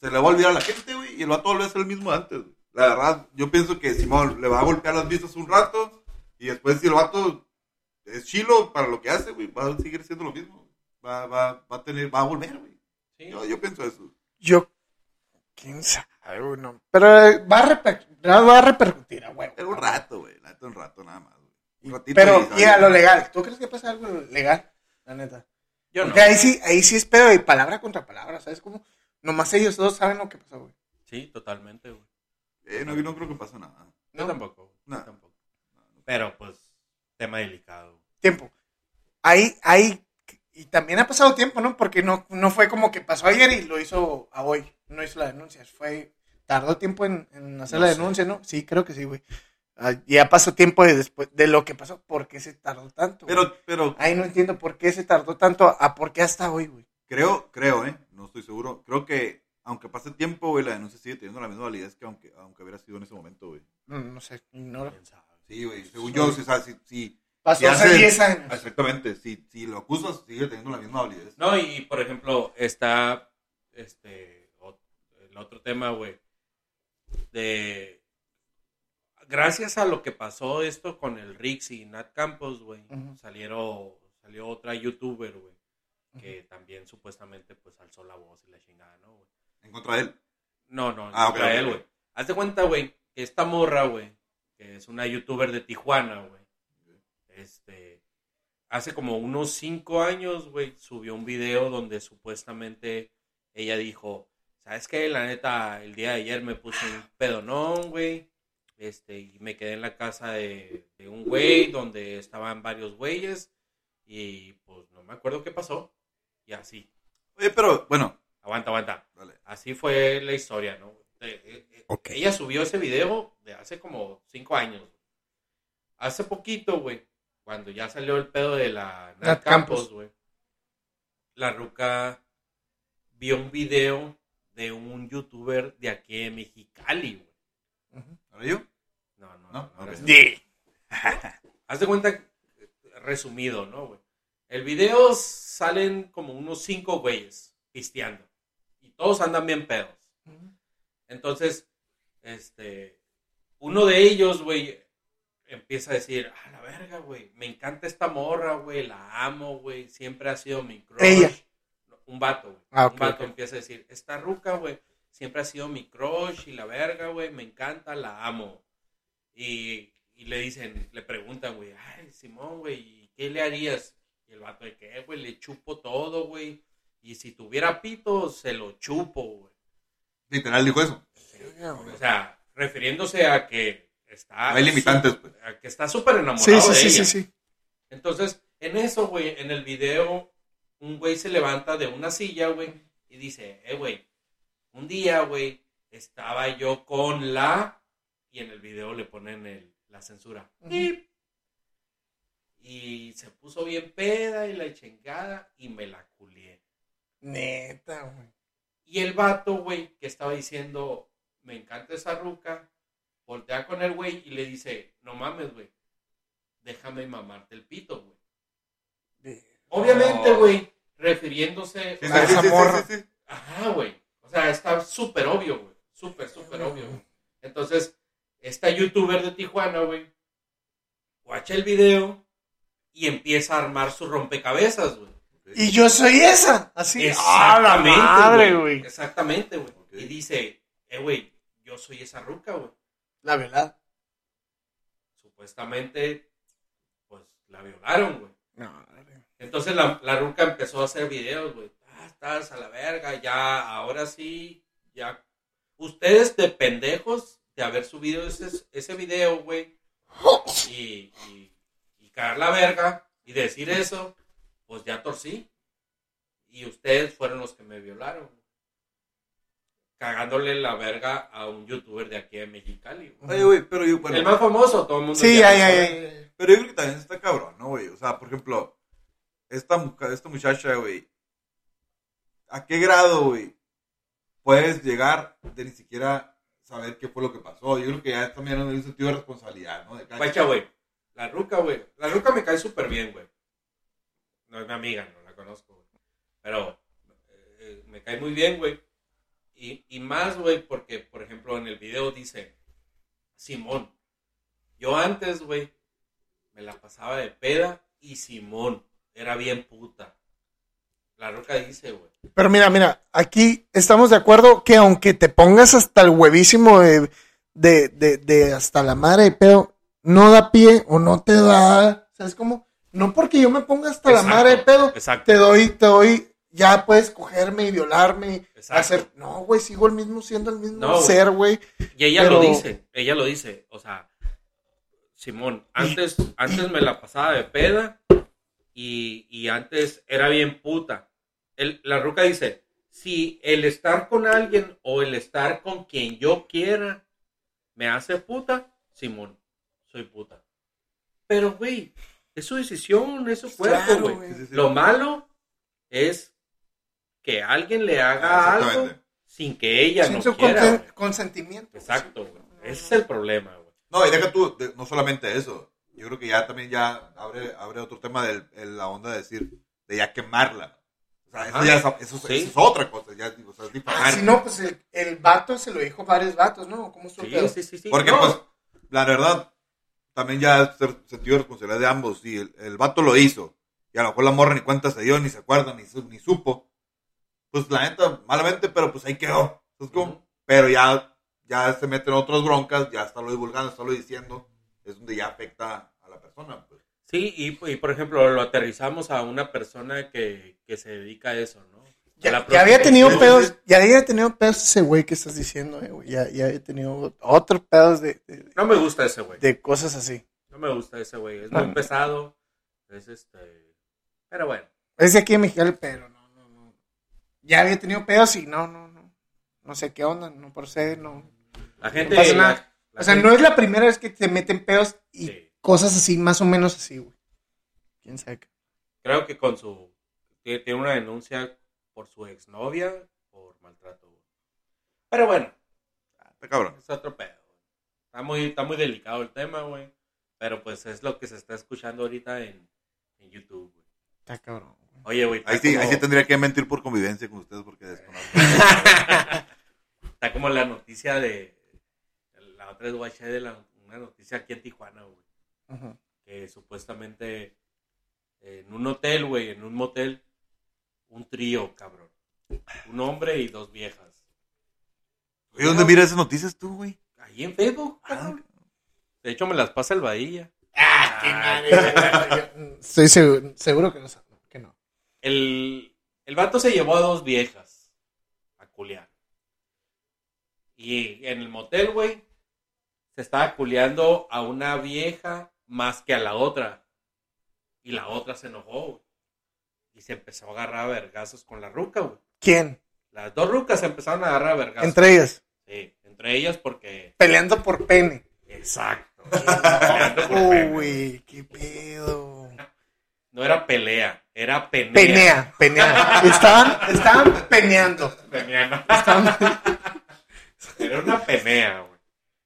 Speaker 4: se le va a olvidar a la gente, güey, y el vato vuelve a ser el mismo de antes, güey. La verdad, yo pienso que Simón le va a golpear las vistas un rato, y después si el vato es chilo para lo que hace, güey, va a seguir siendo lo mismo. Va, va, va a tener, va a volver, güey.
Speaker 1: Sí.
Speaker 4: Yo, yo pienso eso.
Speaker 2: Yo, quién sabe, güey, no. Pero eh, va a, reper- va a repercutir, a huevo.
Speaker 4: Pero un rato, güey, la neta, un rato nada más, güey. Un ratito
Speaker 2: Pero,
Speaker 4: y-
Speaker 2: y a lo legal, ¿tú crees que pasa algo legal? La neta.
Speaker 1: Yo no.
Speaker 2: Porque ahí sí, ahí sí es pedo y palabra contra palabra, ¿sabes cómo? Nomás ellos dos saben lo que pasó, güey.
Speaker 1: Sí, totalmente, güey.
Speaker 4: Eh, no, yo no creo que pasó nada.
Speaker 1: Yo tampoco. güey.
Speaker 4: No.
Speaker 1: Yo tampoco. Pero, pues, tema delicado. güey.
Speaker 2: Tiempo. Ahí, ahí, y también ha pasado tiempo, ¿no? Porque no, no fue como que pasó ayer y lo hizo a hoy. No hizo la denuncia. Fue, tardó tiempo en, en hacer
Speaker 1: No
Speaker 2: la
Speaker 1: sé.
Speaker 2: denuncia, ¿no? Sí, creo que sí, güey. Ah, Ya pasó tiempo de después de lo que pasó. ¿Por qué se tardó tanto? güey?
Speaker 4: Pero, pero
Speaker 2: ahí no entiendo por qué se tardó tanto a por qué hasta hoy, güey.
Speaker 4: creo, creo, ¿eh? No estoy seguro. Creo que, aunque pase tiempo, güey, la denuncia sigue teniendo la misma validez que aunque, aunque hubiera sido en ese momento, güey.
Speaker 2: No, no sé, ignoro.
Speaker 1: Quién sabe.
Speaker 4: Sí, güey. Según yo, si, o sea, si, si-
Speaker 2: Pasó
Speaker 4: Y
Speaker 2: hace
Speaker 4: hace-
Speaker 2: 10 años.
Speaker 4: exactamente, si, si lo acusas, sigue teniendo la misma validez.
Speaker 1: No, y por ejemplo, está este o- el otro tema, güey, de gracias a lo que pasó esto con el Rix y Nat Campos, güey,
Speaker 2: Ujú.
Speaker 1: salieron salió otra youtuber, güey, que también supuestamente pues alzó la voz y la chingada, ¿no, güey?
Speaker 4: En contra de él.
Speaker 1: No, no,
Speaker 4: Ah,
Speaker 1: ah,
Speaker 4: ok, ok,
Speaker 1: él,
Speaker 4: ok.
Speaker 1: güey. Haz de cuenta, güey, que esta morra, güey, que es una youtuber de Tijuana, güey. Este, hace como unos cinco años, güey, subió un video donde supuestamente ella dijo, ¿sabes qué? La neta, el día de ayer me puse un pedonón, güey. Este, y me quedé en la casa de, de un güey donde estaban varios güeyes. Y pues no me acuerdo qué pasó. Y así,
Speaker 4: Oye, pero, bueno,
Speaker 1: aguanta, aguanta.
Speaker 4: dale.
Speaker 1: Así fue la historia, ¿no? Eh, eh, eh,
Speaker 2: Ok.
Speaker 1: Ella subió ese video de hace como cinco años. Hace poquito, güey, cuando ya salió el pedo de la Nat
Speaker 2: Nat Campos.
Speaker 1: Campos, güey, la ruca vio un video de un youtuber de aquí de Mexicali, güey.
Speaker 4: ¿Ahora yo?
Speaker 1: No, no,
Speaker 4: No,
Speaker 1: no. no,
Speaker 4: ok.
Speaker 1: gracias.
Speaker 2: Sí.
Speaker 1: Haz de cuenta, eh, resumido, ¿no, güey? El video salen como unos cinco güeyes pisteando. Y todos andan bien pedos. Entonces, este, uno de ellos, güey, empieza a decir, a la verga, güey, me encanta esta morra, güey, la amo, güey, siempre ha sido mi crush.
Speaker 2: Ella.
Speaker 1: No, Un vato, güey.
Speaker 2: Ah, ok,
Speaker 1: un vato
Speaker 2: ok.
Speaker 1: empieza a decir, esta ruca, güey, siempre ha sido mi crush y la verga, güey, me encanta, la amo. Y, y le dicen, le preguntan, güey, ay, Simón, güey, ¿y ¿qué le harías? Y el vato de qué, güey, le chupo todo, güey. Y si tuviera pito, se lo chupo, güey.
Speaker 4: Literal dijo eso.
Speaker 1: O sea, refiriéndose a que está.
Speaker 4: No hay limitantes,
Speaker 1: su-
Speaker 4: pues.
Speaker 1: a que está súper enamorado
Speaker 2: Sí, sí,
Speaker 1: de
Speaker 2: sí,
Speaker 1: ella.
Speaker 2: sí, sí.
Speaker 1: Entonces, en eso, güey, en el video, un güey se levanta de una silla, güey, y dice, eh, güey, un día, güey, estaba yo con la. Y en el video le ponen el- la censura.
Speaker 2: Ujú.
Speaker 1: Pip. Y se puso bien peda y la chingada, y me la culié.
Speaker 2: Neta, güey.
Speaker 1: Y el vato, güey, que estaba diciendo, me encanta esa ruca, voltea con el güey y le dice, no mames, güey, déjame mamarte el pito, güey.
Speaker 2: De-
Speaker 1: Obviamente,
Speaker 4: No.
Speaker 1: güey, refiriéndose...
Speaker 4: Sí,
Speaker 2: Ah,
Speaker 4: sí, sí,
Speaker 2: esa
Speaker 4: sí, sí,
Speaker 2: morra.
Speaker 4: sí, sí.
Speaker 1: Ajá, güey. O sea, está súper obvio, güey. Súper, súper obvio, güey. Entonces, esta youtuber de Tijuana, güey, guacha el video y empieza a armar su rompecabezas, güey.
Speaker 2: Y yo soy esa. Así. ¡Ah, la
Speaker 1: Exactamente,
Speaker 2: madre, güey!
Speaker 1: Exactamente, güey.
Speaker 4: Ok.
Speaker 1: Y dice, eh, güey, yo soy esa ruca, güey.
Speaker 2: La verdad.
Speaker 1: Supuestamente, pues la violaron, güey.
Speaker 2: No,
Speaker 1: Entonces la, la ruca empezó a hacer videos, güey. Ah, estás a la verga, ya, ahora sí, ya. Ustedes de pendejos de haber subido ese, ese video, güey. Y, y, y caer la verga y decir eso, pues ya torcí. Y ustedes fueron los que me violaron. güey. Cagándole la verga a un youtuber de aquí de Mexicali. güey.
Speaker 4: Oye, güey, pero yo, bueno,
Speaker 1: El más famoso, todo el mundo.
Speaker 2: Sí,
Speaker 1: ya
Speaker 2: ya,
Speaker 1: lo
Speaker 2: ya,
Speaker 1: sabe.
Speaker 2: ya.
Speaker 4: pero yo creo que también está cabrón, ¿no, güey? O sea, por ejemplo, esta, muca- esta muchacha, güey, ¿a qué grado, güey, puedes llegar de ni siquiera saber qué fue lo que pasó? Yo creo que ya es también un sentido de responsabilidad, ¿no? De cada-
Speaker 1: Guacha, güey. La ruca, güey. La ruca me cae súper bien, güey. No es mi amiga, no la conozco, güey. Pero eh, me cae muy bien, güey. Y, y más, güey, porque, por ejemplo, en el video dice, Simón. Yo antes, güey, me la pasaba de peda y Simón era bien puta. La ruca dice, güey.
Speaker 2: Pero mira, mira, aquí estamos de acuerdo que aunque te pongas hasta el huevísimo de, de, de, de hasta la madre de pedo, no da pie o no te da. ¿Sabes cómo? No porque yo me ponga hasta la
Speaker 1: Exacto,
Speaker 2: madre de pedo,
Speaker 1: Exacto.
Speaker 2: te doy, te doy, ya puedes cogerme y violarme. y
Speaker 1: Exacto.
Speaker 2: Hacer, no, güey, sigo el mismo, siendo el mismo
Speaker 1: No, güey.
Speaker 2: ser, güey.
Speaker 1: Y ella
Speaker 2: Pero-
Speaker 1: lo dice, ella lo dice, o sea, Simón, antes, antes me la pasaba de peda y, y antes era bien puta. El- la ruca dice, si el estar con alguien o el estar con quien yo quiera me hace puta, Simón, soy puta. Pero, güey, es su decisión, es su cuerpo,
Speaker 2: Claro,
Speaker 1: güey.
Speaker 2: güey.
Speaker 4: Sí, sí, sí.
Speaker 1: Lo malo es que alguien le haga algo
Speaker 4: Exactamente.
Speaker 1: sin que ella
Speaker 2: Ah, Sin
Speaker 1: no
Speaker 2: su
Speaker 1: quiera.
Speaker 2: consen-
Speaker 1: güey.
Speaker 2: consentimiento.
Speaker 1: Exacto, güey. Ese es el problema, güey.
Speaker 4: No, y deja tú, de- no solamente eso. Yo creo que ya también ya abre, abre otro tema de la onda de decir, de ya quemarla. O sea, eso,
Speaker 1: Ajá.
Speaker 4: ya es, eso, es-
Speaker 1: Sí.
Speaker 4: eso es otra cosa. Ya, digo, o sea, es
Speaker 2: Ah,
Speaker 4: difamar.
Speaker 2: si no, pues el, el vato se lo dijo varios vatos, ¿no? ¿Cómo estuvo el pedo?
Speaker 1: Sí, sí, sí, sí.
Speaker 4: Porque,
Speaker 1: No,
Speaker 4: pues, la verdad, también ya es ser- sentido de responsabilidad de ambos. Y el, el vato lo hizo. Y a lo mejor la morra ni cuenta se dio, ni se acuerda, ni, su- ni supo. Pues, la neta, malamente, pero pues ahí quedó. Es como-
Speaker 1: Ujú.
Speaker 4: Pero ya, ya se meten otras broncas, ya está lo divulgando, está lo diciendo. Es donde ya afecta a la persona, pues.
Speaker 1: Sí, y, y, por ejemplo, lo aterrizamos a una persona que, que se dedica a eso, ¿no? A la
Speaker 2: Ya, ya había tenido
Speaker 1: prostitución.
Speaker 2: pedos, ya había tenido pedos ese güey que estás diciendo, eh, güey. Ya, ya había tenido otros pedos de, de,
Speaker 1: No me gusta ese güey.
Speaker 2: de cosas así.
Speaker 1: No me gusta ese güey. Es muy
Speaker 4: Ah.
Speaker 2: No.
Speaker 1: pesado. Es este. Pero bueno.
Speaker 2: Es de aquí en Mexicali, pero no, no, no. Ya había tenido pedos y no, no, no. No sé qué onda, no procede, no.
Speaker 1: La gente.
Speaker 2: No pasa
Speaker 1: la-
Speaker 2: nada.
Speaker 1: la
Speaker 2: O sea,
Speaker 1: gente-
Speaker 2: no es la primera vez que te meten pedos y
Speaker 1: sí.
Speaker 2: cosas así, más o menos así, güey. ¿Quién sabe? qué?
Speaker 1: Creo que con su. que Tiene una denuncia por su exnovia por maltrato. güey. Pero bueno.
Speaker 4: Está cabrón.
Speaker 1: Es otro pedo. güey. Está muy, está muy delicado el tema, güey. Pero pues es lo que se está escuchando ahorita en, en YouTube, güey.
Speaker 2: Está cabrón. güey.
Speaker 1: Oye, güey. está
Speaker 4: Ahí sí, ahí
Speaker 1: como-
Speaker 4: sí tendría que mentir por convivencia con ustedes porque desconozco.
Speaker 1: Está como la noticia de. La otra es guaché de la, una noticia aquí en Tijuana, güey.
Speaker 2: Ajá.
Speaker 1: Que supuestamente en un hotel, güey, en un motel, un trío, cabrón. Un hombre y dos viejas.
Speaker 4: ¿Y dónde miras esas noticias tú, güey?
Speaker 1: Ahí en Facebook,
Speaker 4: Ah.
Speaker 1: cabrón. De hecho, me las pasa el Bahía.
Speaker 2: Ah, qué madre. güey. Estoy seguro, seguro que no. Que no.
Speaker 1: El, el vato se llevó a dos viejas a culear. Y en el motel, güey, se estaba culeando a una vieja más que a la otra. Y la otra se enojó, güey. Y se empezó a agarrar a vergazos con la ruca, güey.
Speaker 2: ¿Quién?
Speaker 1: Las dos rucas se empezaron a agarrar a vergazos.
Speaker 2: Entre ellas.
Speaker 1: Sí, entre ellas porque...
Speaker 2: Peleando por pene.
Speaker 1: Exacto.
Speaker 2: Uy, qué pedo.
Speaker 1: no era pelea, era penea.
Speaker 2: Penea, penea. Estaban, estaban peneando.
Speaker 1: Penea, no.
Speaker 2: Estaban-
Speaker 1: Era una penea, güey.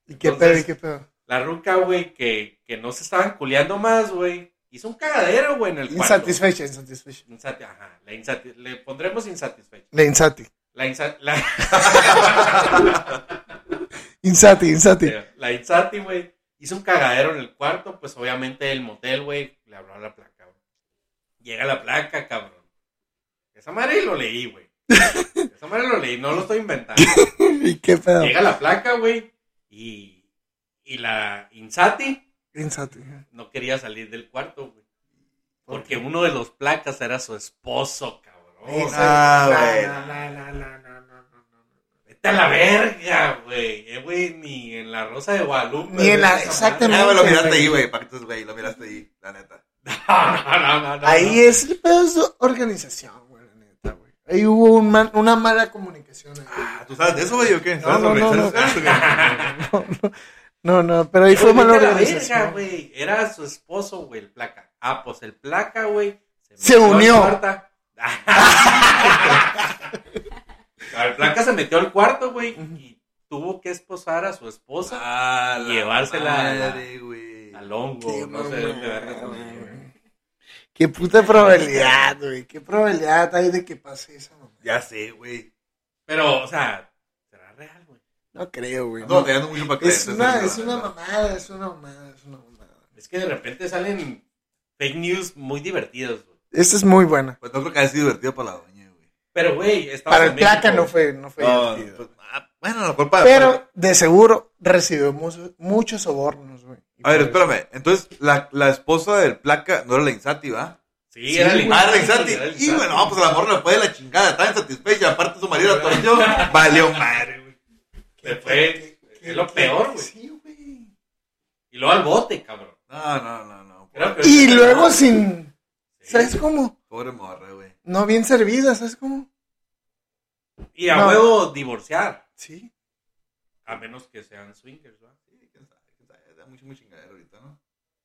Speaker 2: ¿Y qué
Speaker 1: Entonces-
Speaker 2: pedo? ¿Y qué pedo?
Speaker 1: La ruca, güey, que, que no se estaban culeando más, güey. Hizo un cagadero, güey, en el cuarto.
Speaker 2: Insatisfecha, insatisfecha.
Speaker 1: Insati- Ajá, la insati- le pondremos insatisfecho.
Speaker 2: La insati.
Speaker 1: La, insa- la,
Speaker 2: Insati, insati.
Speaker 1: la insati, güey, hizo un cagadero en el cuarto. Pues obviamente el motel, güey, le habló a la placa, güey. Llega la placa, cabrón. Esa madre lo leí, güey. Esa madre lo leí, no lo estoy inventando.
Speaker 2: ¿Y qué pedo?
Speaker 1: Llega la placa, güey. Y, y la Insati
Speaker 2: Insate.
Speaker 1: no quería salir del cuarto, güey. Porque uno de los placas era su esposo, cabrón.
Speaker 4: Ah, güey.
Speaker 2: La, la, la, la, la, la, la.
Speaker 1: Vete a la verga, güey. Eh, güey, ni en la Rosa de Guadalupe.
Speaker 2: Ni en la-
Speaker 1: esa
Speaker 2: exactamente.
Speaker 4: Ah, güey, lo
Speaker 2: güey.
Speaker 4: miraste ahí, güey. Para que tú, güey, lo miraste ahí, la neta.
Speaker 1: madre. No, no, no, no,
Speaker 2: Ahí
Speaker 1: no.
Speaker 2: es el pedo de su organización, güey, la neta, güey. Ahí hubo un man- una mala comunicación. ahí.
Speaker 4: Ah, ¿Tú sabes de eso, güey, o qué?
Speaker 2: No,
Speaker 4: ¿Sabes
Speaker 2: no,
Speaker 4: sobre-
Speaker 2: no,
Speaker 4: sabes sobre eso, güey?
Speaker 2: No, no, no, no, pero ahí fue
Speaker 1: Güey,
Speaker 2: mala
Speaker 1: vete a la verga,
Speaker 2: organización.
Speaker 1: güey. Era su esposo, güey, el placa. Ah, pues el placa, güey.
Speaker 2: Se
Speaker 1: metió al
Speaker 2: unió.
Speaker 1: cuarta. el placa se metió al cuarto, güey, y tuvo que esposar a su esposa
Speaker 4: Ah,
Speaker 1: Y llevársela a la-
Speaker 4: madre, güey.
Speaker 1: al hongo.
Speaker 2: Qué
Speaker 1: no sé dónde verga se metió,
Speaker 2: mamada,
Speaker 1: güey.
Speaker 2: güey. Qué puta probabilidad, güey. Qué probabilidad hay de que pase esa mamá.
Speaker 4: Ya sé, güey.
Speaker 1: Pero, o sea, será real, güey.
Speaker 2: No creo, güey.
Speaker 4: No,
Speaker 2: no.
Speaker 4: te dando mucho para creer.
Speaker 2: Es una, es una mamada, es una mamada, es una mamada.
Speaker 1: Es que de repente salen fake news muy divertidos, güey.
Speaker 2: Esta es muy buena.
Speaker 4: Pues no creo que haya sido divertido para la doña, güey.
Speaker 1: Pero, güey, estaba
Speaker 2: Para el placa no fue, no fue
Speaker 4: No,
Speaker 2: divertido.
Speaker 4: pues, ah, bueno, a lo mejor para.
Speaker 2: Pero de seguro recibió mu- muchos sobornos, güey.
Speaker 4: A ver, espérame. Entonces, la, la esposa del placa no era la Insati, ¿va?
Speaker 1: Sí, era el
Speaker 4: Ah, era la
Speaker 1: Insati,
Speaker 4: Insati.
Speaker 1: era el
Speaker 4: Y
Speaker 1: Insati.
Speaker 4: bueno, pues a lo mejor le fue de la chingada. Estaba insatisfecha. Aparte, su marido la torció. Valió madre, güey.
Speaker 1: Se fue. Es lo peor, güey.
Speaker 2: Sí, güey.
Speaker 1: Y luego al bote, cabrón.
Speaker 4: No, no, no, no.
Speaker 1: Era
Speaker 4: Pobre,
Speaker 1: peor
Speaker 2: Y
Speaker 1: que-
Speaker 2: luego sin. ¿Sabes
Speaker 1: Sí.
Speaker 2: cómo?
Speaker 4: pobre morra, güey.
Speaker 2: No bien servida, ¿sabes cómo?
Speaker 1: Y a
Speaker 2: No.
Speaker 1: huevo divorciar.
Speaker 2: Sí.
Speaker 1: A menos que sean swingers, ¿verdad?
Speaker 4: Sí, quién sabe, quién sabe. Está mucho, muy chingadero ahorita, ¿no?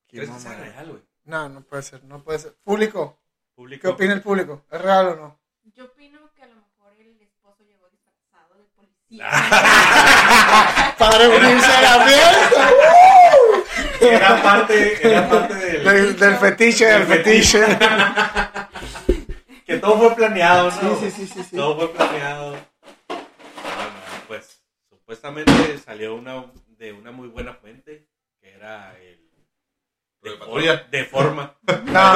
Speaker 2: Qué
Speaker 1: ¿Crees que sea
Speaker 2: mamada.
Speaker 1: real, güey?
Speaker 2: No, no puede ser, no puede ser. Público,
Speaker 1: Público.
Speaker 2: ¿qué opina el público? ¿Es real o no?
Speaker 5: Yo opino que a lo mejor el esposo llegó disfrazado de policía.
Speaker 2: Para unirse a la fiesta.
Speaker 1: Era parte, era parte del...
Speaker 2: Del, del fetiche, del fetiche.
Speaker 1: Que todo fue planeado,
Speaker 2: Sí,
Speaker 1: ¿no?
Speaker 2: sí, sí, sí. sí.
Speaker 1: Todo fue planeado. Ah, no, pues, supuestamente salió una de una muy buena fuente, que era el...
Speaker 4: Lo de
Speaker 1: for-
Speaker 4: patrulla.
Speaker 1: de forma.
Speaker 2: No,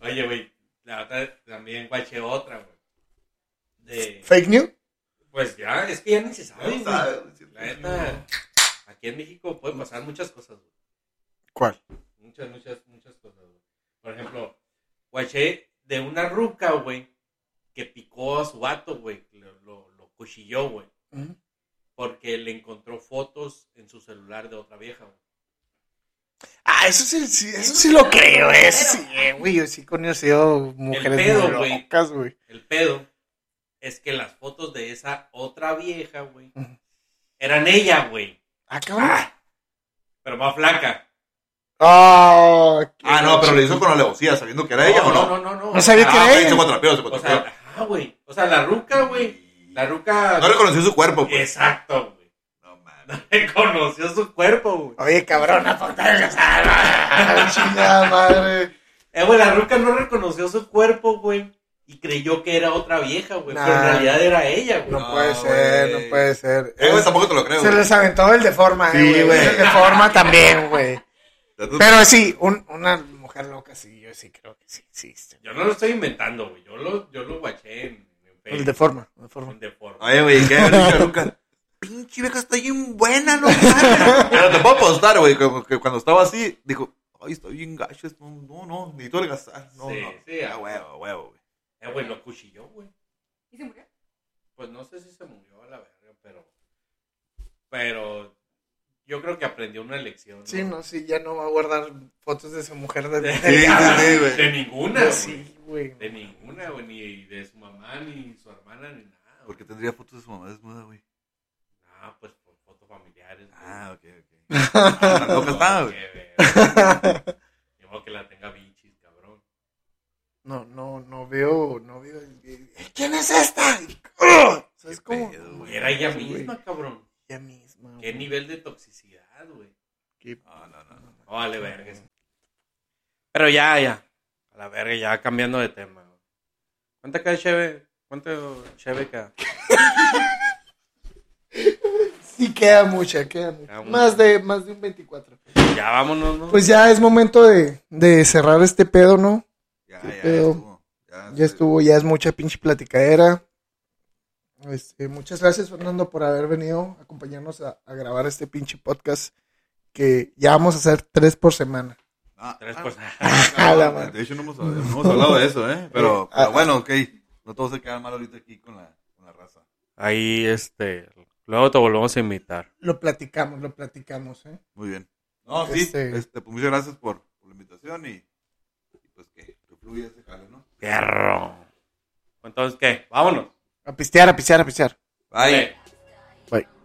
Speaker 1: Oye, güey, la otra también guaché otra, güey. De...
Speaker 2: ¿Fake news?
Speaker 1: Pues ya, es que ya ni se sabe,
Speaker 4: No
Speaker 1: güey.
Speaker 4: sabe, güey,
Speaker 1: La neta, aquí en México pueden pasar muchas cosas, güey.
Speaker 2: ¿Cuál?
Speaker 1: Muchas, muchas, muchas cosas, güey. Por ejemplo, guaché de una ruca, güey, que picó a su vato, güey. Lo, lo, lo cuchilló, güey.
Speaker 2: Mm.
Speaker 1: Porque le encontró fotos en su celular de otra vieja, güey.
Speaker 2: Ah, eso sí, sí, eso sí lo creo, eso sí, eh, güey. Yo sí he conocido mujeres
Speaker 1: pedo,
Speaker 2: muy
Speaker 1: güey.
Speaker 2: locas, güey.
Speaker 1: El pedo es que las fotos de esa otra vieja, güey,
Speaker 2: Ujú.
Speaker 1: eran ella, güey.
Speaker 2: Ah, cabrón.
Speaker 1: Pero más flaca.
Speaker 2: Ah, qué
Speaker 4: Ah, no, pero lo hizo con alevosía, sabiendo que era ella, ¿o no?
Speaker 1: no, no, no.
Speaker 2: No sabía
Speaker 1: Ah,
Speaker 2: que era
Speaker 4: Ah,
Speaker 2: ella.
Speaker 4: güey, se cuatrapeó, se
Speaker 1: O
Speaker 4: cuatrapeó.
Speaker 1: sea, ajá, güey. O sea, la ruca, güey. La ruca.
Speaker 4: No reconoció su cuerpo, pues.
Speaker 1: Exacto, güey.
Speaker 4: No, mames.
Speaker 1: No reconoció su cuerpo, güey.
Speaker 2: Oye, cabrona, ponte a chingada madre.
Speaker 1: Eh, güey, la ruca no reconoció su cuerpo, güey. Y creyó que era otra vieja, güey.
Speaker 2: Nah.
Speaker 1: Pero en realidad era ella, güey.
Speaker 2: No,
Speaker 4: No,
Speaker 2: puede ser,
Speaker 4: güey.
Speaker 2: no puede ser.
Speaker 4: Eh, güey, tampoco te lo creo,
Speaker 2: Se
Speaker 4: güey.
Speaker 2: les aventó el de forma,
Speaker 4: Sí,
Speaker 2: eh, güey.
Speaker 4: güey.
Speaker 2: El de forma también, güey. Pero sí, un- una mujer loca, sí, yo sí creo que sí existe.
Speaker 1: Yo no lo estoy inventando, güey. Yo lo, yo lo guaché en, en
Speaker 2: El
Speaker 1: Facebook.
Speaker 2: de forma, el de forma.
Speaker 1: en de forma.
Speaker 4: Oye, güey, ¿qué habrá dicho Luca? Pinche vieja, estoy bien buena, no mames. Pero te puedo apostar, güey, como que cuando estaba así, dijo, ay, estoy bien gacho, no, no, no, necesito adelgazar. No,
Speaker 1: Sí,
Speaker 4: no.
Speaker 1: sí,
Speaker 4: ah,
Speaker 1: ah.
Speaker 4: huevo, huevo, güey.
Speaker 1: Eh, güey, lo cuchilló, güey.
Speaker 5: ¿Y se murió?
Speaker 1: Pues no sé si se murió a la verga, pero. Pero. Yo creo que aprendió una lección.
Speaker 2: Sí, no, sí, ya no va a guardar fotos de su mujer de...
Speaker 1: De,
Speaker 4: Sí, sí, sí, güey.
Speaker 1: de ninguna, güey.
Speaker 2: sí, güey.
Speaker 1: De ninguna, güey, ni de su mamá, ni su hermana, ni nada. güey.
Speaker 4: Porque tendría fotos de su mamá desnuda, güey.
Speaker 1: Ah, pues por fotos familiares. güey.
Speaker 4: Ah, ok, ok. Ah, tan loca estaba, güey.
Speaker 1: Qué verga. Ni modo eh, que la tenga bichis, cabrón.
Speaker 2: No, no, no veo, no veo. el- el- el- ¿Quién es esta? Y- ¡Ugh! ¿Sabes
Speaker 4: Qué
Speaker 2: cómo?
Speaker 4: pedo, güey.
Speaker 1: Era ella
Speaker 2: Sí, güey.
Speaker 1: misma, cabrón.
Speaker 2: Ella misma.
Speaker 1: Qué
Speaker 2: güey.
Speaker 1: nivel de toxicidad, güey.
Speaker 2: Qué-
Speaker 4: No, no, no.
Speaker 1: No vale, vergas. Pero ya, ya. A la verga, ya cambiando de tema. güey. ¿Cuánto acá de cheve? ¿Cuánto cheve acá?
Speaker 2: Sí, queda mucha, queda mucha.
Speaker 1: Queda
Speaker 2: Más
Speaker 1: mucha.
Speaker 2: de, más de un 24.
Speaker 1: ya vámonos, ¿no?
Speaker 2: Pues ya es momento de, de cerrar este pedo, ¿no?
Speaker 4: Ya,
Speaker 2: ¿Qué
Speaker 4: ya,
Speaker 2: pedo?
Speaker 4: estuvo. Ya,
Speaker 2: Ya estuvo, ya es mucha pinche platicadera. Este, muchas gracias, Fernando, por haber venido a acompañarnos a, a grabar este pinche podcast que ya vamos a hacer tres por semana.
Speaker 4: Ah,
Speaker 1: Tres pues,
Speaker 4: ah,
Speaker 1: cosas.
Speaker 4: ah,
Speaker 2: A la
Speaker 4: ah,
Speaker 2: madre.
Speaker 4: De hecho, no hemos, no hemos hablado de eso, ¿eh? Pero,
Speaker 2: Eh, ah,
Speaker 4: pero bueno, ok. No todos se quedan mal ahorita aquí con la, con la raza.
Speaker 1: Ahí, este, luego te volvemos a invitar.
Speaker 2: Lo platicamos, lo platicamos, ¿eh?
Speaker 4: Muy bien. No, sí.
Speaker 2: Este-
Speaker 4: Este... pues muchas gracias por, por la invitación y, y pues que, que fluya ese jale, ¿no?
Speaker 1: Perro. Entonces, ¿qué? Vámonos.
Speaker 2: A pistear, a pistear, a pistear.
Speaker 4: Bye.
Speaker 1: Dale.
Speaker 2: Bye.